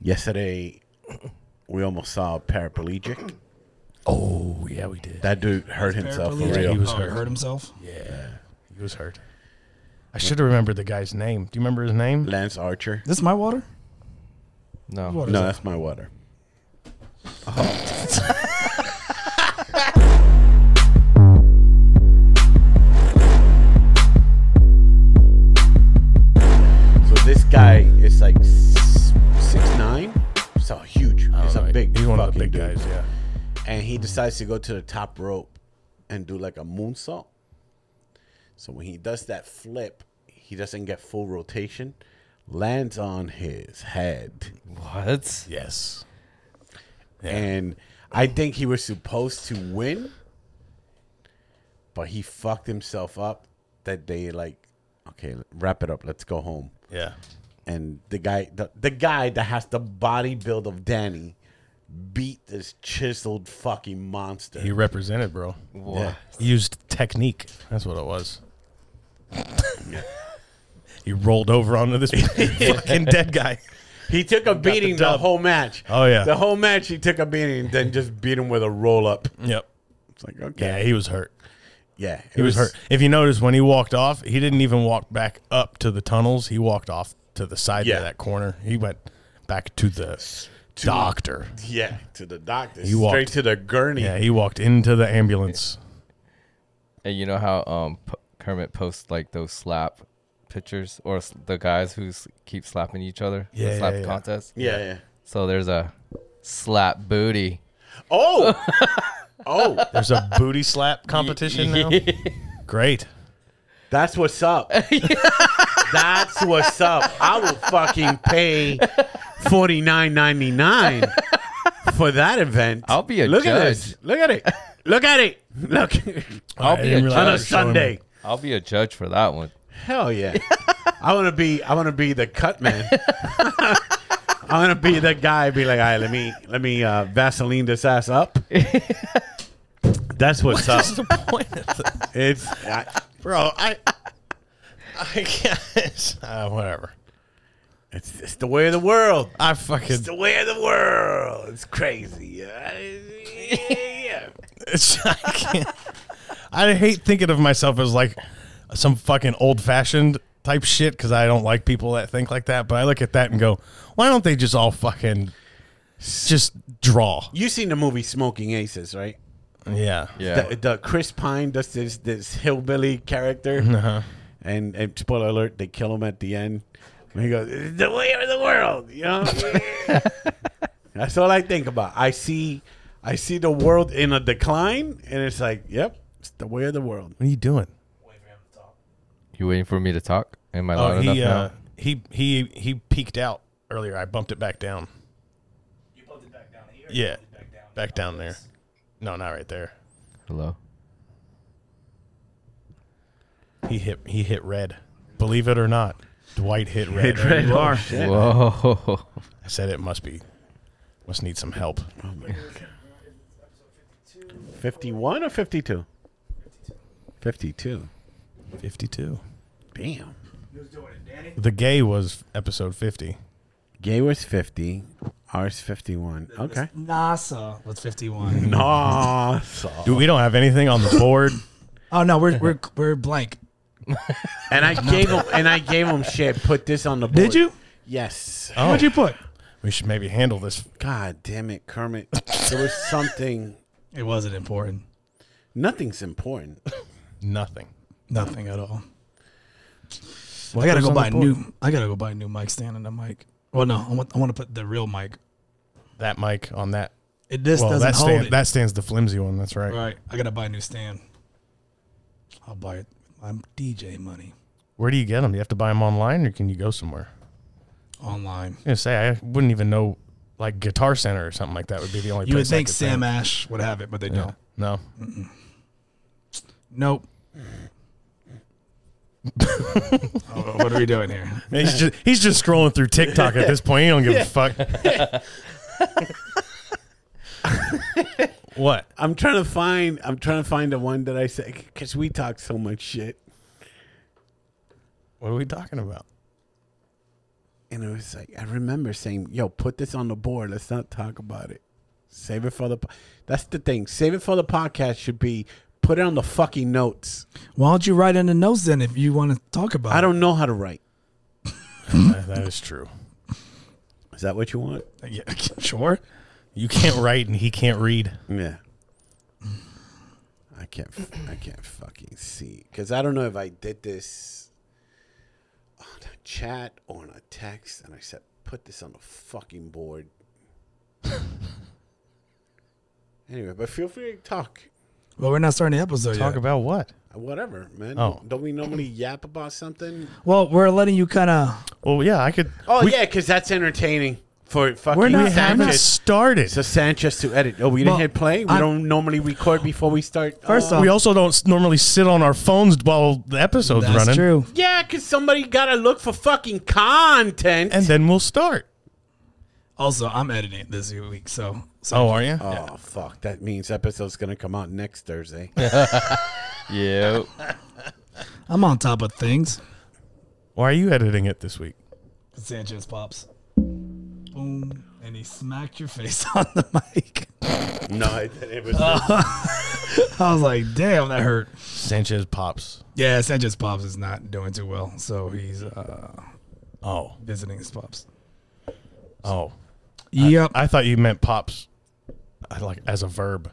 Yesterday, we almost saw a paraplegic. Oh yeah, we did. That dude hurt himself for Paraplegic. real. He was oh, hurt. hurt himself. yeah, he was hurt. I should have remembered the guy's name. Do you remember his name? Lance Archer. This is my water. No. What No, is it? that's my water. so this guy is like s- six nine. So huge. He's a big, Oh, He's one of the fucking big dude. guys. Yeah. and he decides to go to the top rope and do like a moonsault. So when he does that flip, he doesn't get full rotation, lands on his head. What? Yes. And I think he was supposed to win, but he fucked himself up that they like, okay, wrap it up, let's go home. Yeah. And the guy, the, the guy that has the body build of Danny, beat this chiseled fucking monster. He represented, bro. What? Yeah. He used technique. That's what it was. he rolled over onto this fucking dead guy. He took a beating the, dub. whole match. Oh, yeah. the whole match he took a beating, then just beat him with a roll up. Yep. It's like okay, Yeah, he was hurt. yeah, it He was, hurt. If you notice, when he walked off, he didn't even walk back up to the tunnels. He walked off to the side Yeah. of that corner. He went back to the doctor. Yeah, to the doctor, He straight walked. to the gurney. Yeah, he walked into the ambulance. And you know how um P- Kermit posts like those slap pictures or s- the guys who s- keep slapping each other? Yeah, The yeah, slap yeah. contest. yeah, yeah. So there's a slap booty. Oh, oh, There's a booty slap competition now. Great. that's what's up. that's what's up. I will fucking pay forty nine ninety nine for that event. I'll be a look at judge. this. Look at it. Look at it. Look I'll be a on I a was Sunday. I'll be a judge for that one. Hell yeah. I want to be I want to be the cut man. I want to be the guy be like, "All right, let me let me uh, Vaseline this ass up." That's what's up. It's I, Bro, I, I guess, uh, whatever. it's it's the way of the world. I It's fucking, the way of the world. It's crazy. Uh, yeah. it's, I can't. I hate thinking of myself as like some fucking old fashioned type shit because I don't like people that think like that. But I look at that and go, why don't they just all fucking just draw? You seen the movie Smoking Aces, right? Yeah. Yeah. The, the Chris Pine does this this hillbilly character, and, and spoiler alert, they kill him at the end. And he goes, "It's "The way of the world," you know. That's all I think about. I see, I see the world in a decline, and it's like, yep, it's the way of the world. What are you doing? You waiting for me to talk? Am I loud Oh, enough he, uh, now? he, he, he peeked out earlier. I bumped it back down. You bumped it back down here. you Yeah. bumped it Back down. Back down there. No, not right there. Hello. He hit he hit red. Believe it or not, Dwight hit red. you are. Whoa. I said it must be must need some help. Fifty-one or fifty-two? Fifty-two. Fifty two. Damn. He was doing it, Danny. The gay was episode fifty. Gay was fifty. Ours fifty-one. Okay. NASA was 51. Nah. Dude, we don't have anything on the board. Oh no, we're we're we're blank. and I gave him. And I gave him shit. Put this on the board. Did you? Yes. Oh, What'd you put? we should maybe handle this. God damn it, Kermit. There was something. It wasn't important. Nothing's important. Nothing. Nothing at all. I goes gotta go on the buy a board? new. I gotta go buy a new mic stand and a mic. Well, no, I want I want to put the real mic. That mic on that. It this well, doesn't that hold stand, it. that stands the flimsy one. That's right. right. I gotta buy a new stand. I'll buy it. with my DJ money Where do you get them? Do you have to buy them online, or can you go somewhere? online. I'm gonna say I wouldn't even know. Like Guitar Center or something like that would be the only. You would place I think could Sam Ash would have it, but they No, don't. no. Nope. oh, what are we doing here? He's just he's just scrolling through TikTok at this point. He don't give a fuck. what? I'm trying to find. I'm trying to find the one that I said because we talk so much shit. What are we talking about? and it was like I remember saying, "Yo, put this on the board. Let's not talk about it. Save it for the." Po-. That's the thing. Save it for the podcast should be put it on the fucking notes. Why don't you write in the notes then if you want to talk about I don't know how to write. That- that is true. Is that what you want? Yeah, sure. You can't write and he can't read. Yeah. I can't. I can't fucking see because I don't know if I did this on a chat or on a text, and I said, "Put this on the fucking board." anyway, but feel free to talk. it? Well, we're not starting the episode Talk yet. about what? Whatever, man. Oh. Don't we normally yap about something? well, we're letting you kind of. Well, yeah, I could. Oh we, yeah, because that's entertaining for fucking We're not- we haven't Sanchez. started. So Sanchez to edit. Oh, we didn't Well, hit play. We I'm- don't normally record before we start. First Oh. off, We also don't s- normally sit on our phones while the episode's That's running. true. yeah, because somebody gotta look for fucking content. And then we'll start. Also, I'm editing it this week, so so Oh, are you? Oh fuck! That means episode's gonna come out next Thursday. Yeah. I'm on top of things. Why are you editing it this week? Sanchez pops. Boom. And he smacked your face on the mic. no, it, it was. Uh. I was like, damn, that hurt. Sanchez pops. Yeah, Sanchez Pops is not doing too well, so he's uh, Oh, visiting his pops. oh. Yep. I thought you meant pops, I like as a verb,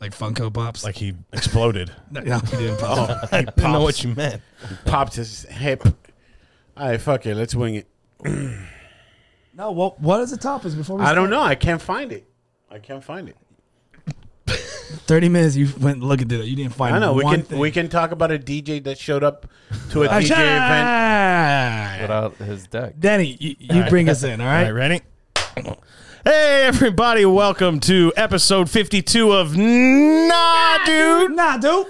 like Funko Pops. like he exploded. no, no, he didn't pop. oh, he I didn't know popped, what you meant. popped his hip. All right, fuck it. Let's wing it. No, what what is the topics before we? I don't know. I can't find it. I can't find it. Thirty minutes. You went looking through that. You didn't find. I know. We one can thing. we can talk about a DJ that showed up to a Ah, DJ event. Without his deck. Danny, you, you bring us in. All All right. right, ready? Hey, everybody, welcome to episode 52 of Nah, Dude. Nah, dude.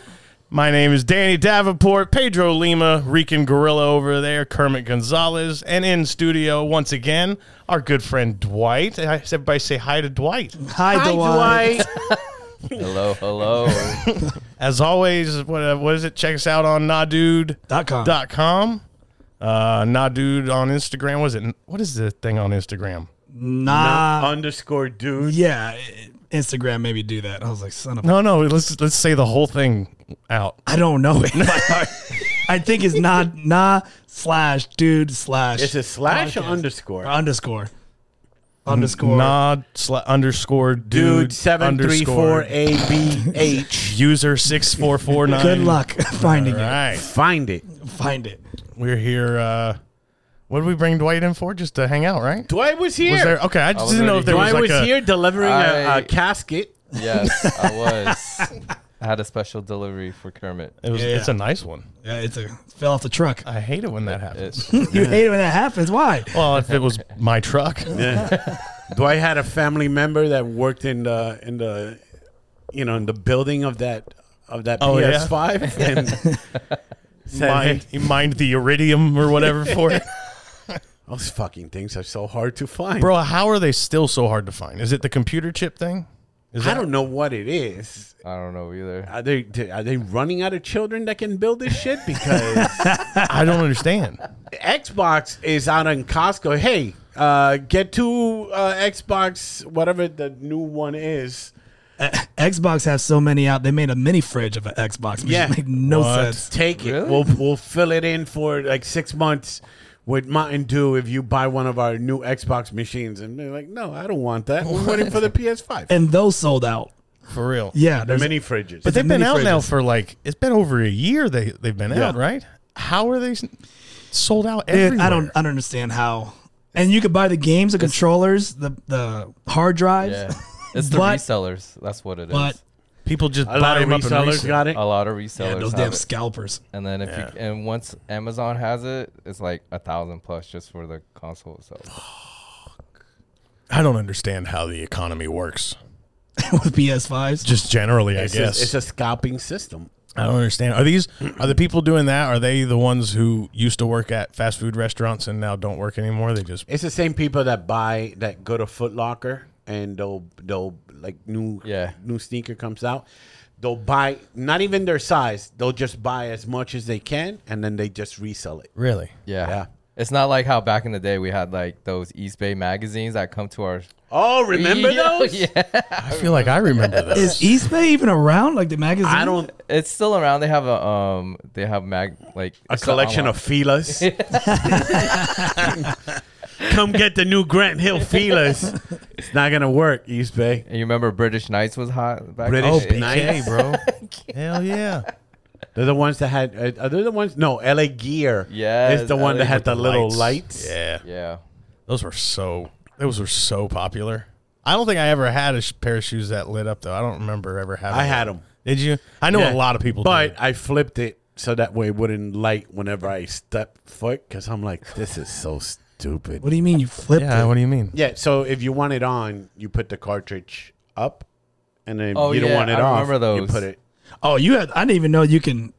My name is Danny Davenport, Pedro Lima, Rican Gorilla over there, Kermit Gonzalez, and in studio once again, our good friend Dwight. Hey, Everybody say hi to Dwight. Hi, Hi, Dwight. Dwight. Hello, hello. As always, what, what is it? Check us out on nahdude.com. Dot com. Uh, nahdude on Instagram. Was it? What is the thing on Instagram? Uh, Nah. underscore dude. yeah. i- Instagram maybe do that. I was like, son of. a No, no. Let's let's say the whole thing out. I don't know it. I think it's nah nah slash dude slash It's a slash or Podcast. underscore. underscore underscore Nod sla- underscore dude, dude seven three four underscore A B H. user six four four nine. Good luck finding All right, Find it. it. Find it. we're here. Uh, what did we bring Dwight in for? Just to hang out, right? Dwight was here. Was there? Okay, I just was didn't know if there already Dwight was like was a. here delivering a, I- a casket. yes, I was. I had a special delivery for Kermit. It was, Yeah. It's a nice one. Yeah, it's a it fell off the truck. I hate it when that happens. It- You hate it when that happens. Why? well, if it was my truck, Dwight had a family member that worked in the in the you know in the building of that of that Oh, yeah? PS5 and said, mind, "Hey, mind the iridium or whatever for it. those fucking things are so hard to find. Bro, how are they still so hard to find? Is it the computer chip thing? Is I don't know what it is. I don't know either. Are they are they running out of children that can build this shit? Because I don't understand. Xbox is out in Costco. Hey, uh, get two uh, Xbox, whatever the new one is. Xbox has so many out. They made a mini fridge of an Xbox. Which Yeah. made no What? sense. Take it. Really? We'll we'll fill it in for like six months with Mountain Dew if you buy one of our new Xbox machines. And they're like, no, I don't want that. We're waiting for the PS5. And those sold out. For real. Yeah, the there's mini fridges. But the they've been mini out now fridges. for like it's been over a year. They they've been Yeah. out, right? How are they s- sold out? Dude, Everywhere? I uh, don't I don't understand how. And you could buy the games, the controllers, the the hard drives. Yeah. It's the But- resellers. That's what it is. but- People just a buy lot of them up Oh, and resellers resell. got it. A lot of Yeah, resellers. those have damn it. scalpers. And then if you and once Amazon has it, it's like a thousand plus just for the console itself. I don't understand how the economy works. with PS5s. Just generally, It's, I a, guess it's a scalping system. I don't understand. Are these are the people doing that? Are they the ones who used to work at fast food restaurants and now don't work anymore? They just It's the same people that buy that go to Foot Locker and they'll they'll like new Yeah. new sneaker comes out. They'll buy not even their size. They'll just buy as much as they can and then they just resell it. really Yeah. Yeah. It's not like how back in the day we had like those East Bay magazines that come to our. Oh, remember Yeah, those? Yeah, I feel like I remember those. Is East Bay even around? Like the magazine? I don't. it's still around. They have a um, they have mag like A collection of feelers. Come get the new Grant Hill feelers. It's not gonna work, East Bay. And you remember British Knights was hot back British oh, in the day? Knights. BK, bro. Hell yeah. They're the ones that had. Uh, are they the ones? No, LA Gear. Yes, is the one LA that had with the, the little lights. lights. Yeah. Yeah. Those were so those were so popular. I don't think I ever had a sh- pair of shoes that lit up though. I don't remember ever having. I had 'em. Did you? I know Yeah. a lot of people. But did. I flipped it so that way it wouldn't light whenever I step foot because I'm like, this is so stupid. What do you mean you flipped yeah. it? What do you mean? Yeah, so if you want it on, you put the cartridge up, and then if Oh, you don't yeah, want it I off. remember You those. put it. Oh, you had. I didn't even know you can.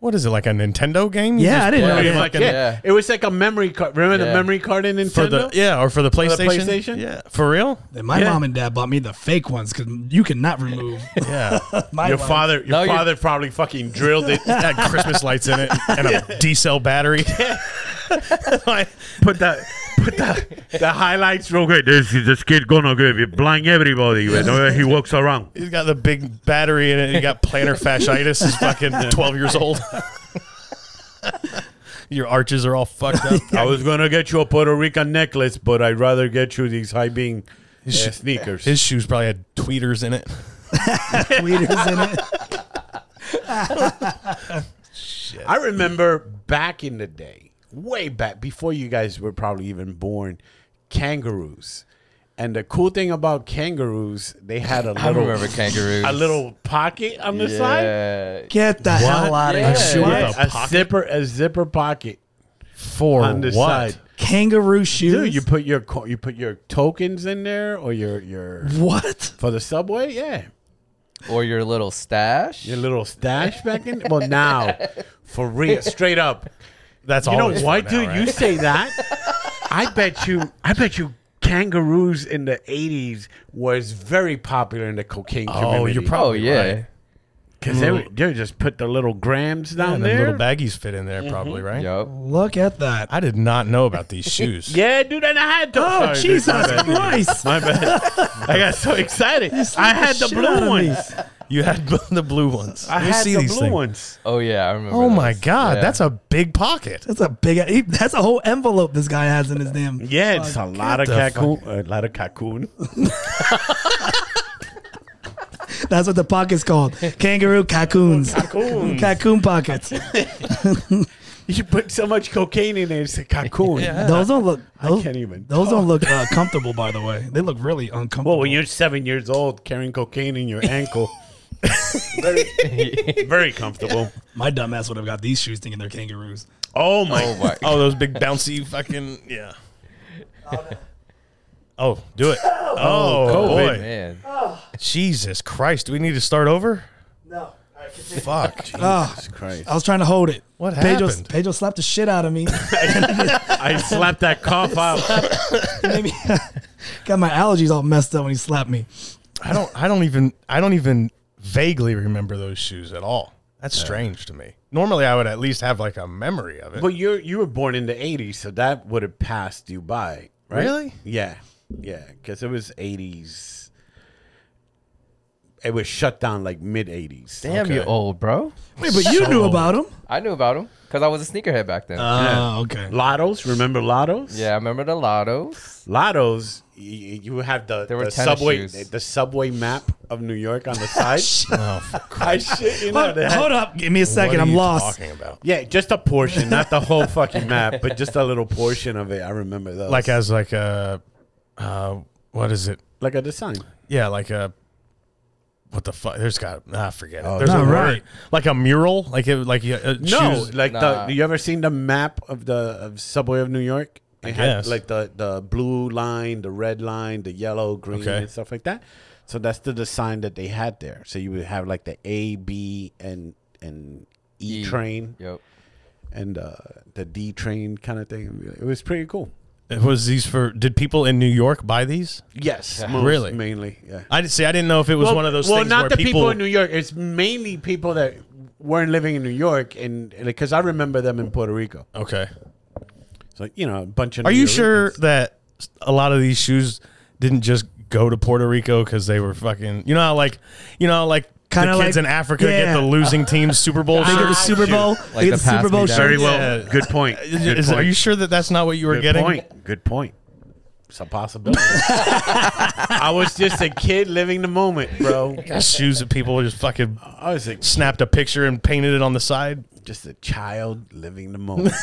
What is it like a Nintendo game? You Yeah, just I didn't Yeah, know. yeah. You Pretty could- much, fucking- yeah. yeah. It was Oh, like a memory card. Remember the Yeah. memory card in Nintendo? for the yeah or for the PlayStation. PlayStation? Yeah, for real. Then my Yeah. mom and dad bought me the fake ones because you cannot remove Yeah, my your one. father, your No, you- father probably fucking drilled it, had Christmas lights in it and a D cell battery. Like, put the, put the, the highlights real quick. This is this kid gonna give you blind everybody with the way he walks around. He's got the big battery in it. He got plantar fasciitis. He's fucking twelve years old. Your arches are all fucked up. I was gonna get you a Puerto Rican necklace, but I'd rather get you these high being uh, sh- sneakers. His shoes probably had tweeters in it. Tweeters in it. I remember back in the day, way back before you guys were probably even born, kangaroos. And the cool thing about kangaroos, they had a I little remember kangaroos. a little pocket on the side. Yeah. Get the hell out of Yeah. here. Shoe with Right? a A, zipper, a zipper pocket For on the what? side. Kangaroo shoes. Dude, you put your co- you put your tokens in there, or your your what? for the subway. Yeah, Or your little stash. your little stash back in. Well, now for real, straight up. That's all. You know it's why, for now, dude? right? You say that? I bet you. I bet you. Kangaroos in the '80s was very popular in the cocaine community. Oh, you're probably oh yeah. right. because they, would- they would just put the little grams down And them there. Mm-hmm. little baggies fit in there, probably right. Yup. Look at that. I did not know about these shoes. yeah, dude, and I had to. Oh, Jesus Christ. My bad. I got so excited. I had the shit out blue of ones. me. You had the blue ones. I you had see the these blue things. ones. Oh yeah, I remember. Oh my those. god, Yeah. that's a big pocket. That's a big. he- That's a whole envelope this guy has in his damn. Yeah, it's a lot of the fuck- cacoon. A lot of cacoon. That's what the pocket's called. Kangaroo cocoons. Cocoons. Cocoon pockets. You put so much cocaine in there, it's a cocoon. Those don't look. Those, can't even Those don't look uh, comfortable, by the way. They look really uncomfortable. Well, when you're seven years old, carrying cocaine in your ankle, very, very comfortable. My dumbass would have got these shoes thinking they're kangaroos. Oh my! Oh my. Oh, those big bouncy fucking yeah. Oh, do it. Oh, boy. COVID. man. Jesus Christ. Do we need to start over? No. Fuck. Oh, Jesus Christ! I was trying to hold it. What Pedro, happened? Pedro slapped the shit out of me. I slapped that cough out. Maybe got my allergies all messed up when he slapped me. I don't I don't even I don't even vaguely remember those shoes at all. That's strange to me. Normally I would at least have like a memory of it. But you you were born in the '80s, so that would have passed you by, right? Really? Yeah, yeah. Because it was '80s. It was shut down like mid '80s. Damn, you Okay. old, bro. Wait, but you knew about him. I knew about him because I was a sneakerhead back then. Oh, okay. Lottos, remember Lottos? yeah, I remember the Lottos. Lottos. y- y- You have the, There were the tennis subway, shoes. the subway map of New York on the side. Oh, fuck. I shit, you know Hold, that. hold up. Give me a What second. are I'm you lost. Talking about Yeah, just a portion, not the whole fucking map, but just a little portion of it. I remember those. like as like a uh, what is it? like a design. Yeah, like a what the fuck? There's got ah, forget it. Oh, There's no, a right. word. like a mural, like it, like you uh, No, choose- like Nah. the you ever seen the map of the of subway of New York? It I guess. like the the blue line, the red line, the yellow, green, Okay. and stuff like that. So that's the design that they had there. So you would have like the A, B, and and E, E. train Yep. and uh, the D train kind of thing. It was pretty cool. It was these for? Did people in New York buy these? Yes, Yeah. most- Really? mainly. Yeah. I didn't see. I didn't know if it was one of those Well, things not where the people. people, in New York. It's mainly people that weren't living in New York, and because I remember them in Puerto Rico, okay, So you know, a bunch of. Are New you Yorkers. sure that a lot of these shoes didn't just go to Puerto Rico because they were fucking? You know how like, you know how like Kinda the kids like- in Africa yeah. get the losing team's Super Bowl. They get the shirts? Super Bowl. Like they the get the Super Bowl pass-me-down. Very shirt. well. Yeah. Good point. Good Is- point. are you sure that that's not what you were Good getting? point. Good point. It's a possibility. I was just a kid living the moment, bro. Shoes that people just fucking I was a, snapped a picture and painted it on the side. just a child living the moment.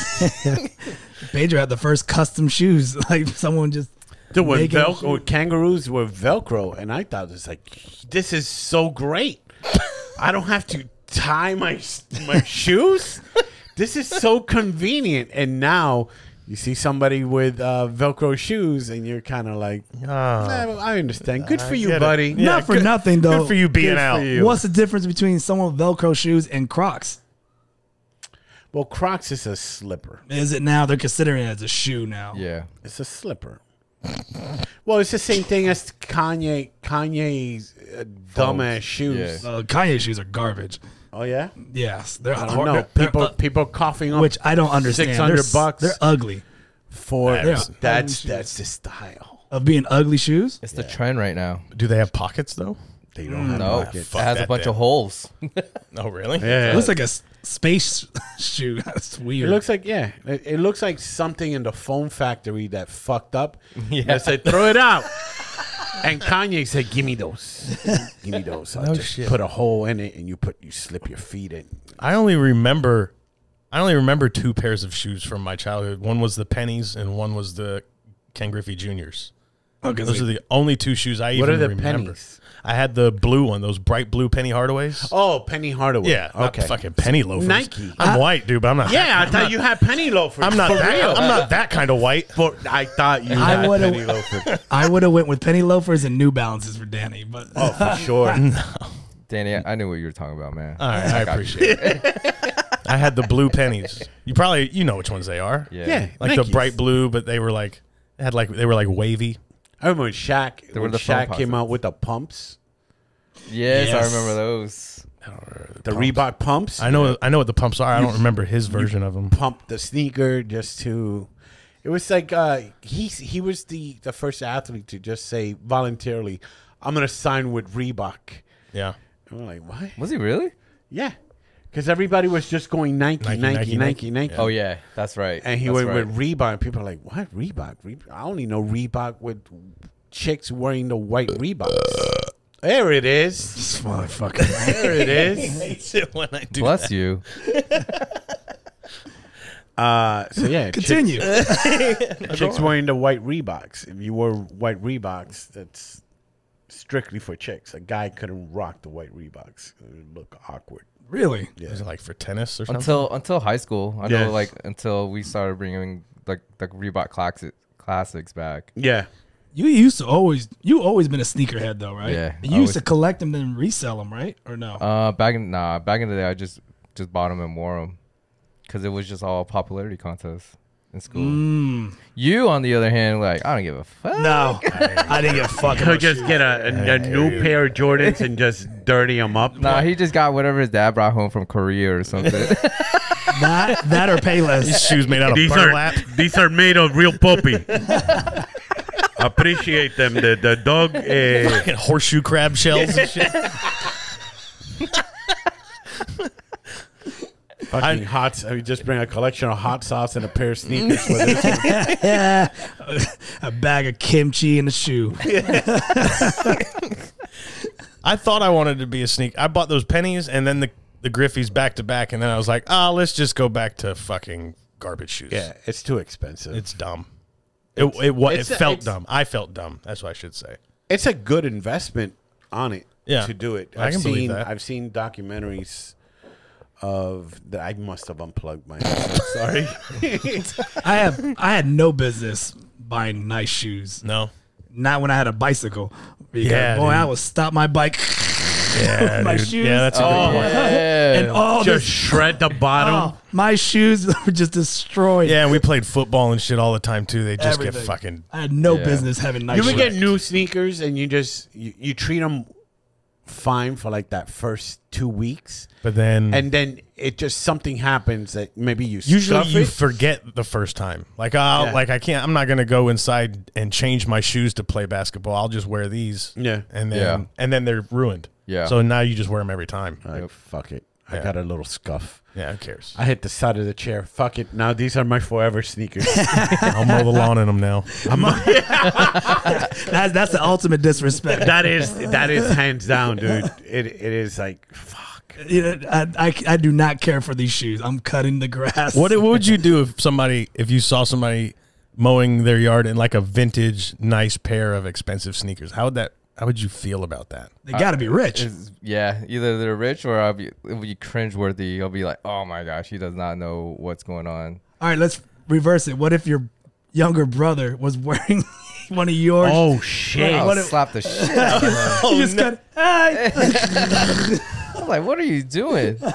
Pedro had the first custom shoes. Like someone just There were Naked Velcro kangaroos were Velcro, and I thought it's like this is so great. I don't have to tie my my shoes. This is so convenient. And now you see somebody with uh, Velcro shoes, and you're kind of like, Ah, "Eh, I understand. Good for get you, it. buddy. Yeah, Not for good- nothing, though. Good for you being Good for out. you. What's the difference between someone with Velcro shoes and Crocs? Well, Crocs is a slipper. Is it now? They're considering it as a shoe now. Yeah. It's a slipper. well, it's the same thing as Kanye Kanye's uh, dumbass shoes. Yeah. Uh, Kanye shoes are garbage. Oh yeah. Yes, they're I hard. don't know. they're- uh, People they're u- people coughing up which I don't understand. They're 600 s- bucks. They're ugly. for That's- that's that's the style. Of being ugly shoes. It's the trend right now. Do they have pockets though? They don't have No, it pockets. has a that bunch then. of holes. Oh, really? Yeah. It looks like a s- space shoe. That's It weird. looks like yeah. It, it looks like something in the foam factory that fucked up. Yeah. They said throw it out. And Kanye said, "Give me those. Give me those. I'll just shit. put a hole in it, and you put you slip your feet in." I only remember, I only remember two pairs of shoes from my childhood. One was the pennies, and one was the Ken Griffey Juniors. Okay, Those so- are the only two shoes I What even are the remember. pennies? I had the blue one, those bright blue Penny Hardaways. Oh, Penny Hardaway. yeah, okay. okay. fucking penny loafers. Nike. Uh, I'm white, dude, but I'm not. Yeah, I I'm thought not- you had penny loafers. I'm not For that. real. I'm not that kind of white. For, I thought you I had would've- penny loafers. I would have went with penny loafers and New Balances for Danny, but Oh, for sure. Danny, I I knew what you were talking about, man. All right, I appreciate it. I had the blue pennies. You probably you know which ones they are. yeah. Yeah, like Nikes. the bright blue, but they were like they had like they were like wavy. I remember when Shaq. They were when the phone Shaq came out with the pumps, Yes, I Yes. remember those. the Reebok pumps. I know I know what the pumps are. I don't remember his version of them. pumped the sneaker just to. It was like uh, he he was the the first athlete to just say voluntarily, "I'm gonna sign with Reebok." Yeah. And we're like, "What? Was he really? Yeah," because everybody was just going Nike, Nike, Nike, Nike, Nike, Nike, Nike. Oh yeah, that's right. And he That's went right. with Reebok, and people are like, "What Reebok? Reebok? I only know Reebok with chicks wearing the white Reeboks." there it is. this motherfucker. There it is. when I do Bless you. Uh, so yeah, chick- Continue. chicks wearing the white Reeboks. If you wore white Reeboks, that's strictly for chicks. A guy couldn't rock the white Reeboks; it would look awkward. really? Is it like for tennis or something? Until until high school, I Yes. know. Like until we started bringing like the Reebok classic, classics back. Yeah, You used to always you always been a sneakerhead though, right? Yeah, You I used to was- collect them then resell them, right? Or no? Uh, back in nah, back in the day, I just just bought them and wore them because it was just all popularity contests in school. You, on the other hand, like I don't give a fuck. no, I didn't give a fuck. he'll about just get a, a, a new pair of Jordans and just dirty them up. Nah, he just got whatever his dad brought home from Korea or something. that. That or Payless. shoes made out of These are burlap. these are made of real puppy. Appreciate them. The the dog. Uh, Fucking horseshoe crab shells and shit. fucking hot. I would just bring a collection of hot sauce and a pair of sneakers. for this one. yeah, a bag of kimchi and a shoe. I thought I wanted to be a sneak. I bought those pennies and then the the Griffies back to back, and then I was like, ah, let's just go back to fucking garbage shoes. Yeah, it's too expensive. It's dumb. It it, wa- it it's a- felt it's- dumb. I felt dumb. That's what I should say. it's a good investment on it Yeah. to do it. I I've can seen believe that. I've seen documentaries of that I must have unplugged my sorry. I have I had no business buying nice shoes. No. Not when I had a bicycle. Because Yeah, boy, dude. I would stop my bike Yeah, My dude. shoes? Yeah, that's a good Oh, point. yeah. and all Just this. shred the bottom. oh, my shoes were just destroyed. Yeah, and we played football and shit all the time too. They just Everything. get fucking I had no Yeah. business having nice You would shoes. get new sneakers and you just you, you treat them fine for like that first two weeks, But then and then it just something happens that maybe you usually stuff you it. forget the first time. Like I'll Yeah. like I can't. I'm not gonna go inside and change my shoes to play basketball. I'll just wear these. Yeah. and then Yeah. and then they're ruined. Yeah. So now you just wear them every time. like fuck it. I got a little scuff. Yeah, who cares? I hit the side of the chair. Fuck it. Now these are my forever sneakers. I'll mow the lawn in them now. That's that's the ultimate disrespect. that is that is hands down, dude. It it is like fuck. You know, I, I, I do not care for these shoes. I'm cutting the grass. What what would you do if somebody if you saw somebody mowing their yard in like a vintage nice pair of expensive sneakers? How would that? How would you feel about that? they got to be rich. It's- yeah, either they're rich or I'll be it'll be cringeworthy. I'll be like, oh my gosh, he does not know what's going on. All right, let's reverse it. What if your younger brother was wearing one of yours? Oh shit. I'll what if- slap the shit. Out of him. you just cut. "Hey." I'm like, what are you doing? I'm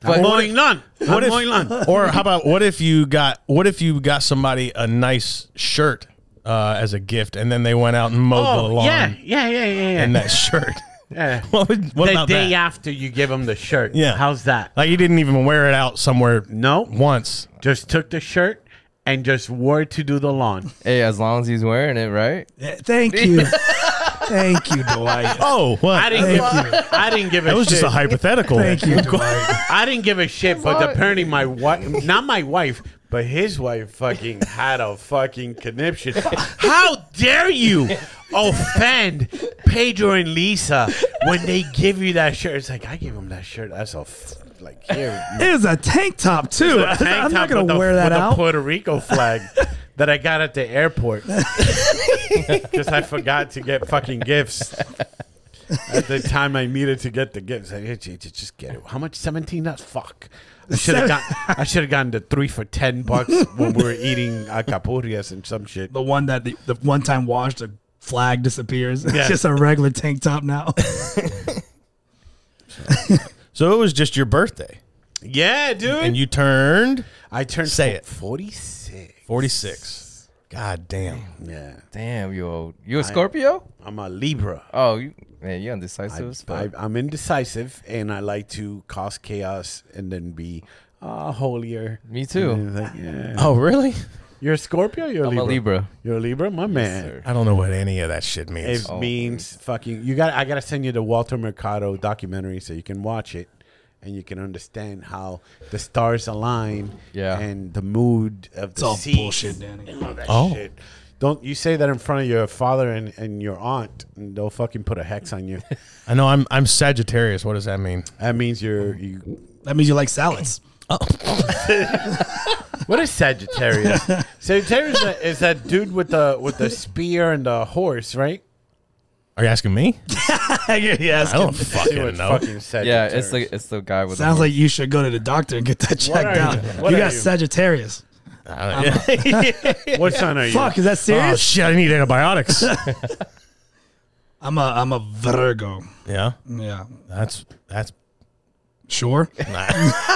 But- going none. I'm going none. or how about what if you got what if you got somebody a nice shirt uh, as a gift and then they went out and mowed the Oh lawn yeah, yeah, yeah, yeah, yeah. in that shirt? yeah. what would, what the about day that? after you give him the shirt. Yeah. How's that? Like you didn't even wear it out somewhere No, once. just took the shirt and just wore it to do the lawn. Hey, as long as he's wearing it, right? Yeah, Thank you. Thank you, Dwight. Oh, what? I didn't give, I didn't give a that was shit. just a hypothetical. Thank you, Dwight. I didn't give a shit, but not- apparently my wife, not my wife, but his wife fucking had a fucking conniption. How dare you offend Pedro and Lisa when they give you that shirt? It's like, I give him that shirt. That's a, f- like, here. It was a tank top too. tank I'm top not gonna with a- wear that with a out. Puerto Rico flag that I got at the airport because I forgot to get fucking gifts. At the time I needed to get the gifts, I just, just, just get it. How much? Seventeen dollars? Fuck! I should have got. I should have gotten the three for ten bucks when we were eating acapulcas and some shit. the one that the, the one time washed the flag disappears. Yeah. It's just a regular tank top now. So it was just your birthday, Yeah, dude. and you turned I turned Say it. forty six. forty six. God damn. Yeah, Damn, you old. You a Scorpio? I'm a Libra. oh, you, man, you undecisive as fuck. I, I'm indecisive, and I like to cause chaos and then be uh, holier. Me too. And it's like, yeah. Oh, really? You're a Scorpio. You're a I'm Libra. a Libra. You're a Libra, my man. sir. I don't know what any of that shit means. It means fucking. You got. I gotta send you the Walter Mercado documentary so you can watch it, and you can understand how the stars align. Yeah. And the mood of the It's all sea. bullshit, Danny. All that Oh. shit. Don't you say that in front of your father and, and your aunt, and they'll fucking put a hex on you. I know I'm I'm Sagittarius. What does that mean? that means you're you That means you like salads. What is Sagittarius? Sagittarius is that- is that dude with the with the spear and the horse, right? Are you asking me? yes. I don't See what fucking know. fucking Yeah, Sagittarius. it's the it's the guy with Sounds the like you should go to the doctor and get that checked are out. you? You, What are got you? Sagittarius. I don't- yeah. what sign are you? Fuck, is that Oh serious? shit! I need antibiotics. I'm a I'm a Virgo. yeah, Yeah. that's that's. Sure.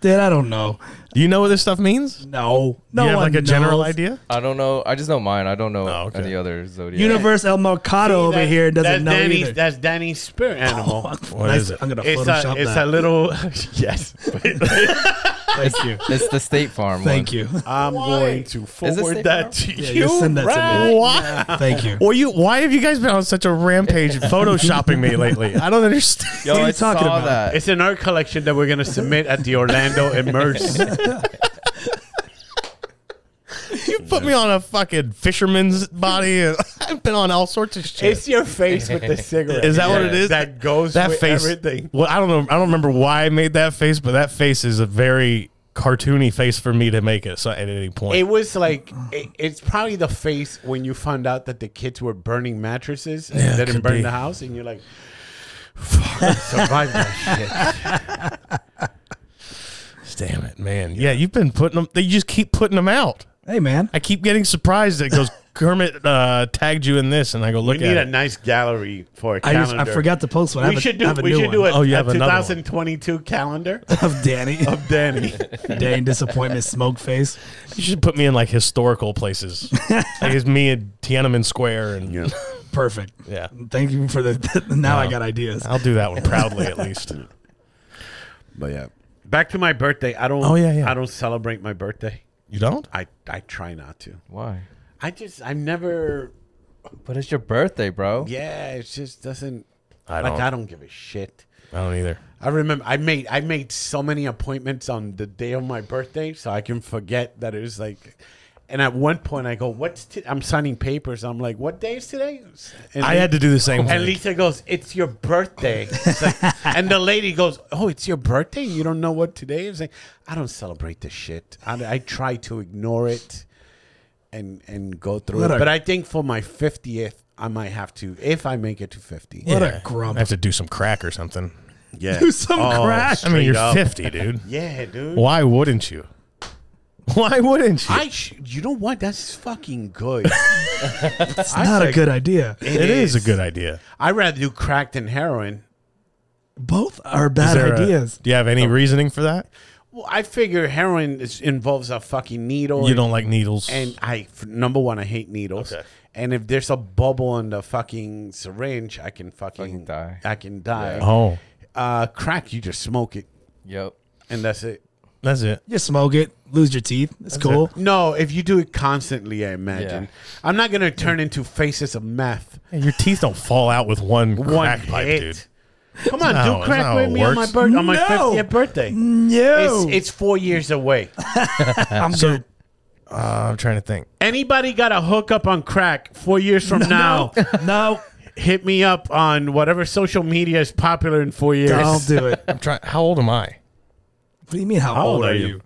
Dude, I don't know. Do you know what this stuff means? No. No you have one like a general knows. idea. I don't know. I just know mine. I don't know Oh, okay. any other zodiac. Universe El Mercado over That- here that's doesn't know Danny's, either. Oh, That's Danny's spirit animal. What Nice. is it? I'm gonna it's a Photoshop it's a that. little yes. Thank you. It's the State Farm. Thank you. I'm going to this forward safe that to Yeah, you. you send that to me. Why? Thank you. Or you? Why have you guys been on such a rampage photoshopping me lately? I don't understand. Yo, What are you I talking saw about? that. It's in our collection that we're gonna submit at the Orlando Immerse. You put me on a fucking fisherman's body. and I've been on all sorts of shit. it's your face with the cigarette. Is that what it is? That goes that with face. everything. Well, I don't know. I don't remember why I made that face, but that face is a very cartoony face for me to make it. So at any point, It was like it, it's probably the face when you found out that the kids were burning mattresses and Yeah, didn't could burn be. the house, and you're like, "Fuck, I survived that shit." damn it, man. Yeah, you've been putting them. They just keep putting them out. Hey man. I keep getting surprised. that It goes Kermit uh, tagged you in this, and I go look We need a at it. nice gallery for a I calendar. just I forgot to post one. I We have a- should I do. have a We new should do one a, Oh, you a have another one. 2022 calendar of Danny. of Danny. Danny disappointment smoke face. You should put me in like historical places, like it's me in Tiananmen Square and yeah. perfect. Yeah. Thank you for the. now I No. got ideas. I'll do that one proudly at least. But yeah, back to my birthday. I don't. Oh, yeah, yeah. I don't celebrate my birthday. You don't? I I try not to. Why? I just I never. But it's your birthday, bro. Yeah, it just doesn't. I like don't. I don't give a shit. I don't either. I remember I made I made so many appointments on the day of my birthday so I can forget that it was like. And at one point I go, "What's t-? I'm signing papers." I'm like, "What day is today?" And I had to do the same And thing. Lisa goes, "It's your birthday," It's like- and the lady goes, "Oh, it's your birthday? You don't know what today is?" Like, I don't celebrate this shit. I, I try to ignore it, and and go through What it. a- but I think for my fiftieth, I might have to if I make it to fifty. What Yeah. a grump. I have to do some crack or something. Yeah, Do some Oh, crack. I mean, you're up. 50, dude. yeah, dude. Why wouldn't you? Why wouldn't you? I sh- you know what? That's fucking good. It's not a think- good idea. it is. a good idea. I'd rather do crack than heroin. Both are Is bad there a- ideas. do you have any reasoning for that? Well, I figure heroin is, involves a fucking needle. You and- don't like needles. And I f- number one, I hate needles. Okay. And if there's a bubble on the fucking syringe, I can fucking, Fucking die. I can die. oh, Uh, crack, you just smoke it, Yep. and that's it. that's it. You smoke it, lose your teeth. It's cool. No, if you do it constantly, I imagine. Yeah. I'm not gonna turn into faces of meth. Hey, your teeth don't fall out with one, One crack pipe, hit. dude. Come on, No, do that's crack not with how it me on my works. birth on my No. 50th birthday. No, It's, it's four years away. I'm So, good. uh, I'm trying to think. Anybody got a hookup on crack four years from now? No, Hit me up on whatever social media is popular in four years. don't do it. I'm trying. How old am I? What do you mean? How, old, are you?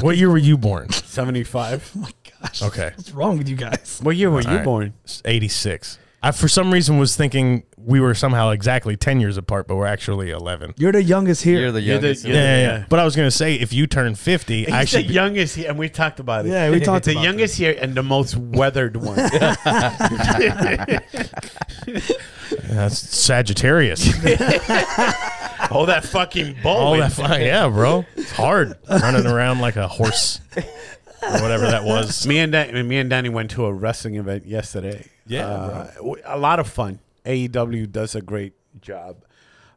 What year were you born? 75. Oh my gosh. Okay. What's wrong with you guys? What year were you All right. born? 86. I, for some reason, was thinking we were somehow exactly 10 years apart, but we're actually 11. You're the youngest here. You're the You're the- youngest. you're the- Yeah, yeah, yeah. yeah. But I was going to say, if you turn 50, I He's the should be, youngest here, and we talked about it. yeah, we talked the about youngest here and the most weathered one. that's Sagittarius. All that fucking ball. All that fun. Yeah, bro. It's hard running around like a horse or whatever that was. me and Dan, me and Danny went to a wrestling event yesterday. Yeah, Uh, w- a lot of fun. AEW does a great job.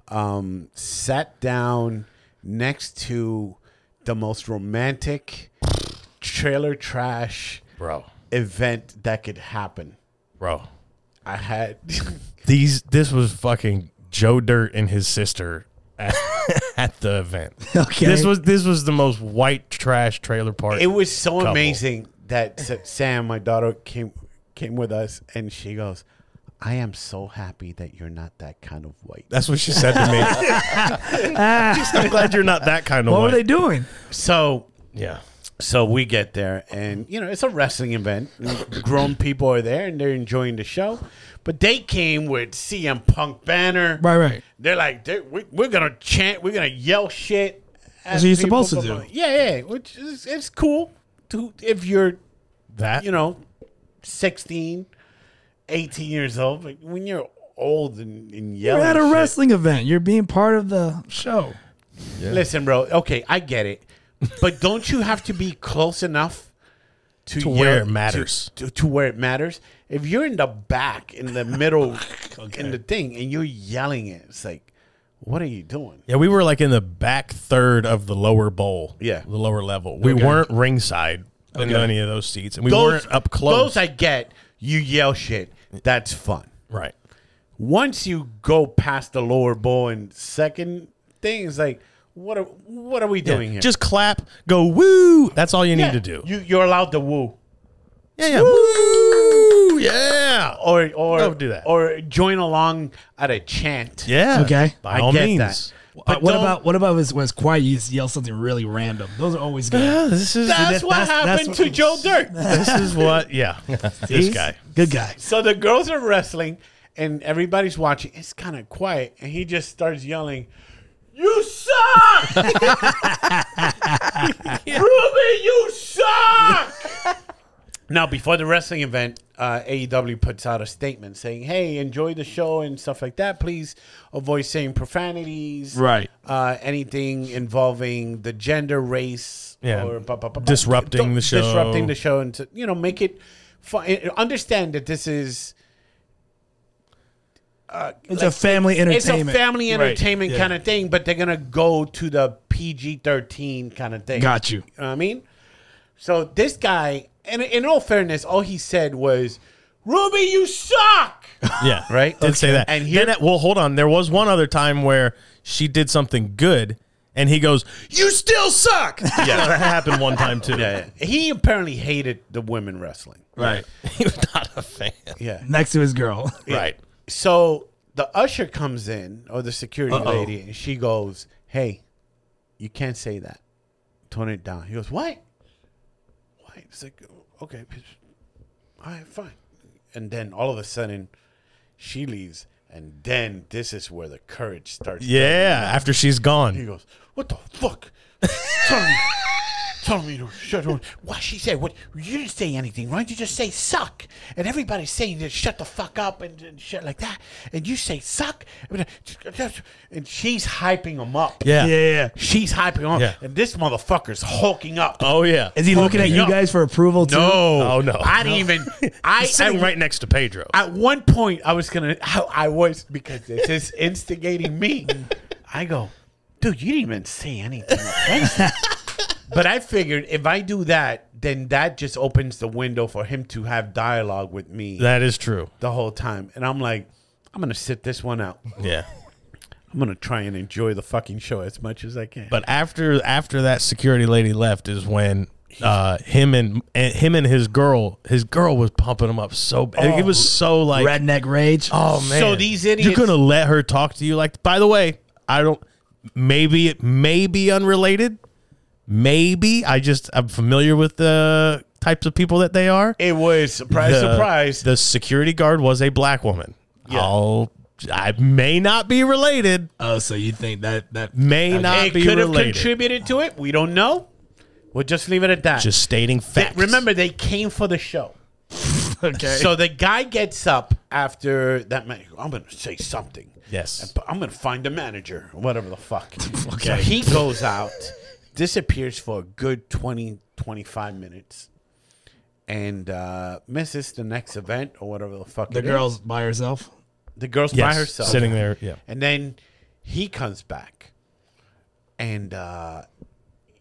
Um, sat down next to the most romantic trailer trash Bro. event that could happen. Bro. I had These this was fucking Joe Dirt and his sister at, at the event. Okay. This was this was the most white trash trailer park. it was so Couple. amazing that S- Sam, my daughter, came came with us, and she goes, "I am so happy that you're not that kind of white." that's what she said to me. I'm glad you're not that kind of What were white. they doing? So, yeah. so we get there, and you know it's a wrestling event. Grown people are there, and they're enjoying the show, but they came with CM Punk banner. Right, right. They're like, they we, "We're gonna chant, we're gonna yell shit." That's what you're supposed to do. Yeah, yeah. Which is it's cool to if you're That you know, 16, 18 years old. But when you're old and, and You're yelling, at a shit- wrestling event. You're being part of the show. Listen, bro. Okay, I get it, but don't you have to be close enough to, To where yell- it matters. To, to, to where it matters. If you're in the back, in the middle, in the thing, and you're yelling it, it's like, what are you doing? Yeah, we were like in the back third of the lower bowl. Yeah. The lower level. We weren't ringside in any of those seats. And we weren't up close. Those I get. You yell shit. That's fun. right. once you go past the lower bowl and second thing is like what are what are we doing here? Just clap, go woo. That's all you Yeah, need to do. You you're allowed to woo yeah, yeah. Woo. Yeah. or or Don't do that. or join along at a chant. Yeah. Okay. By I all get means. that. Uh, what don't- about what about was was quiet? You just yell something really random. Those are always good. Yeah, this is that's, that- what that's- that's happened what- to Joe Dirt? this is what yeah. this guy. good guy. so the girls are wrestling and everybody's watching. It's kind of quiet and he just starts yelling, "You suck! Ruby, you suck!" Now, before the wrestling event, uh, AEW puts out a statement saying, "Hey, enjoy the show and stuff like that. Please avoid saying profanities, Right. Uh, anything involving the gender, race, Yeah. or blah, blah, blah, blah. Disrupting Don't- the show. disrupting the show, and to, you know, make it fun. Understand that this is uh, It's like- a family it's a entertainment. family Right, entertainment yeah. kind of thing, but they're gonna go to the PG thirteen kind of thing. Got you. know what I mean? So this guy, and in all fairness, all he said was, "Ruby, you suck." Yeah. Right? Did say Okay. that. And And here- here, well, hold on. There was one other time where she did something good, and he goes, "You still suck." Yeah, that happened one time too. yeah, yeah. He apparently hated the women wrestling. Right. he was not a fan. Yeah. Next to his girl. Right. So the usher comes in, or the security Uh-oh. lady, and she goes, "Hey, you can't say that. Tone it down." He goes, "Why? Why?" It's like, "Okay, all right, fine." And then all of a sudden, she leaves, and then this is where the courage starts. Yeah. After she's He gone, goes, "What the fuck?" Tell me, tell me to shut up. What she said? What you didn't say anything, right? You just say suck, and everybody's saying that shut the fuck up and, and shit like that, and you say suck, and she's hyping him up. Yeah. Yeah, yeah. she's hyping him up, Yeah. and this motherfucker's hulking up. oh yeah. Is he Fuck looking at yeah. you guys for approval too? No. Oh no. I didn't even. I He's sitting I- right next to Pedro. at one point I was gonna I, I was because this is instigating me. I go, dude, you didn't even say anything. offensive." but I figured if I do that, then that just opens the window for him to have dialogue with me that is true. the whole time. And I'm like, I'm gonna sit this one out. Yeah. I'm gonna try and enjoy the fucking show as much as I can. But after after that security lady left is when uh, him and, and him and his girl his girl was pumping him up so bad. it was so like Redneck rage. Oh man! So these idiots- you're gonna let her talk to you like? By the way, I don't. Maybe it may be unrelated. Maybe I just I'm familiar with the types of people that they are. it was surprise, The- surprise. The security guard was a black woman. Yeah. I'll, I may not be related. Oh, so you think that that May not it be could have related. contributed to it. We don't know. We'll just leave it at that. just stating They- facts. remember, they came for the show. okay? So the guy gets up after that. Man, I'm going to say something. Yes. I'm going to find the manager, or whatever the fuck. So he goes out, disappears for a good 20, 25 minutes, and uh, misses the next event or whatever the fuck. the it is. girl's by herself. the girl's Yes, by herself, sitting there. Yeah. and then he comes back, and uh,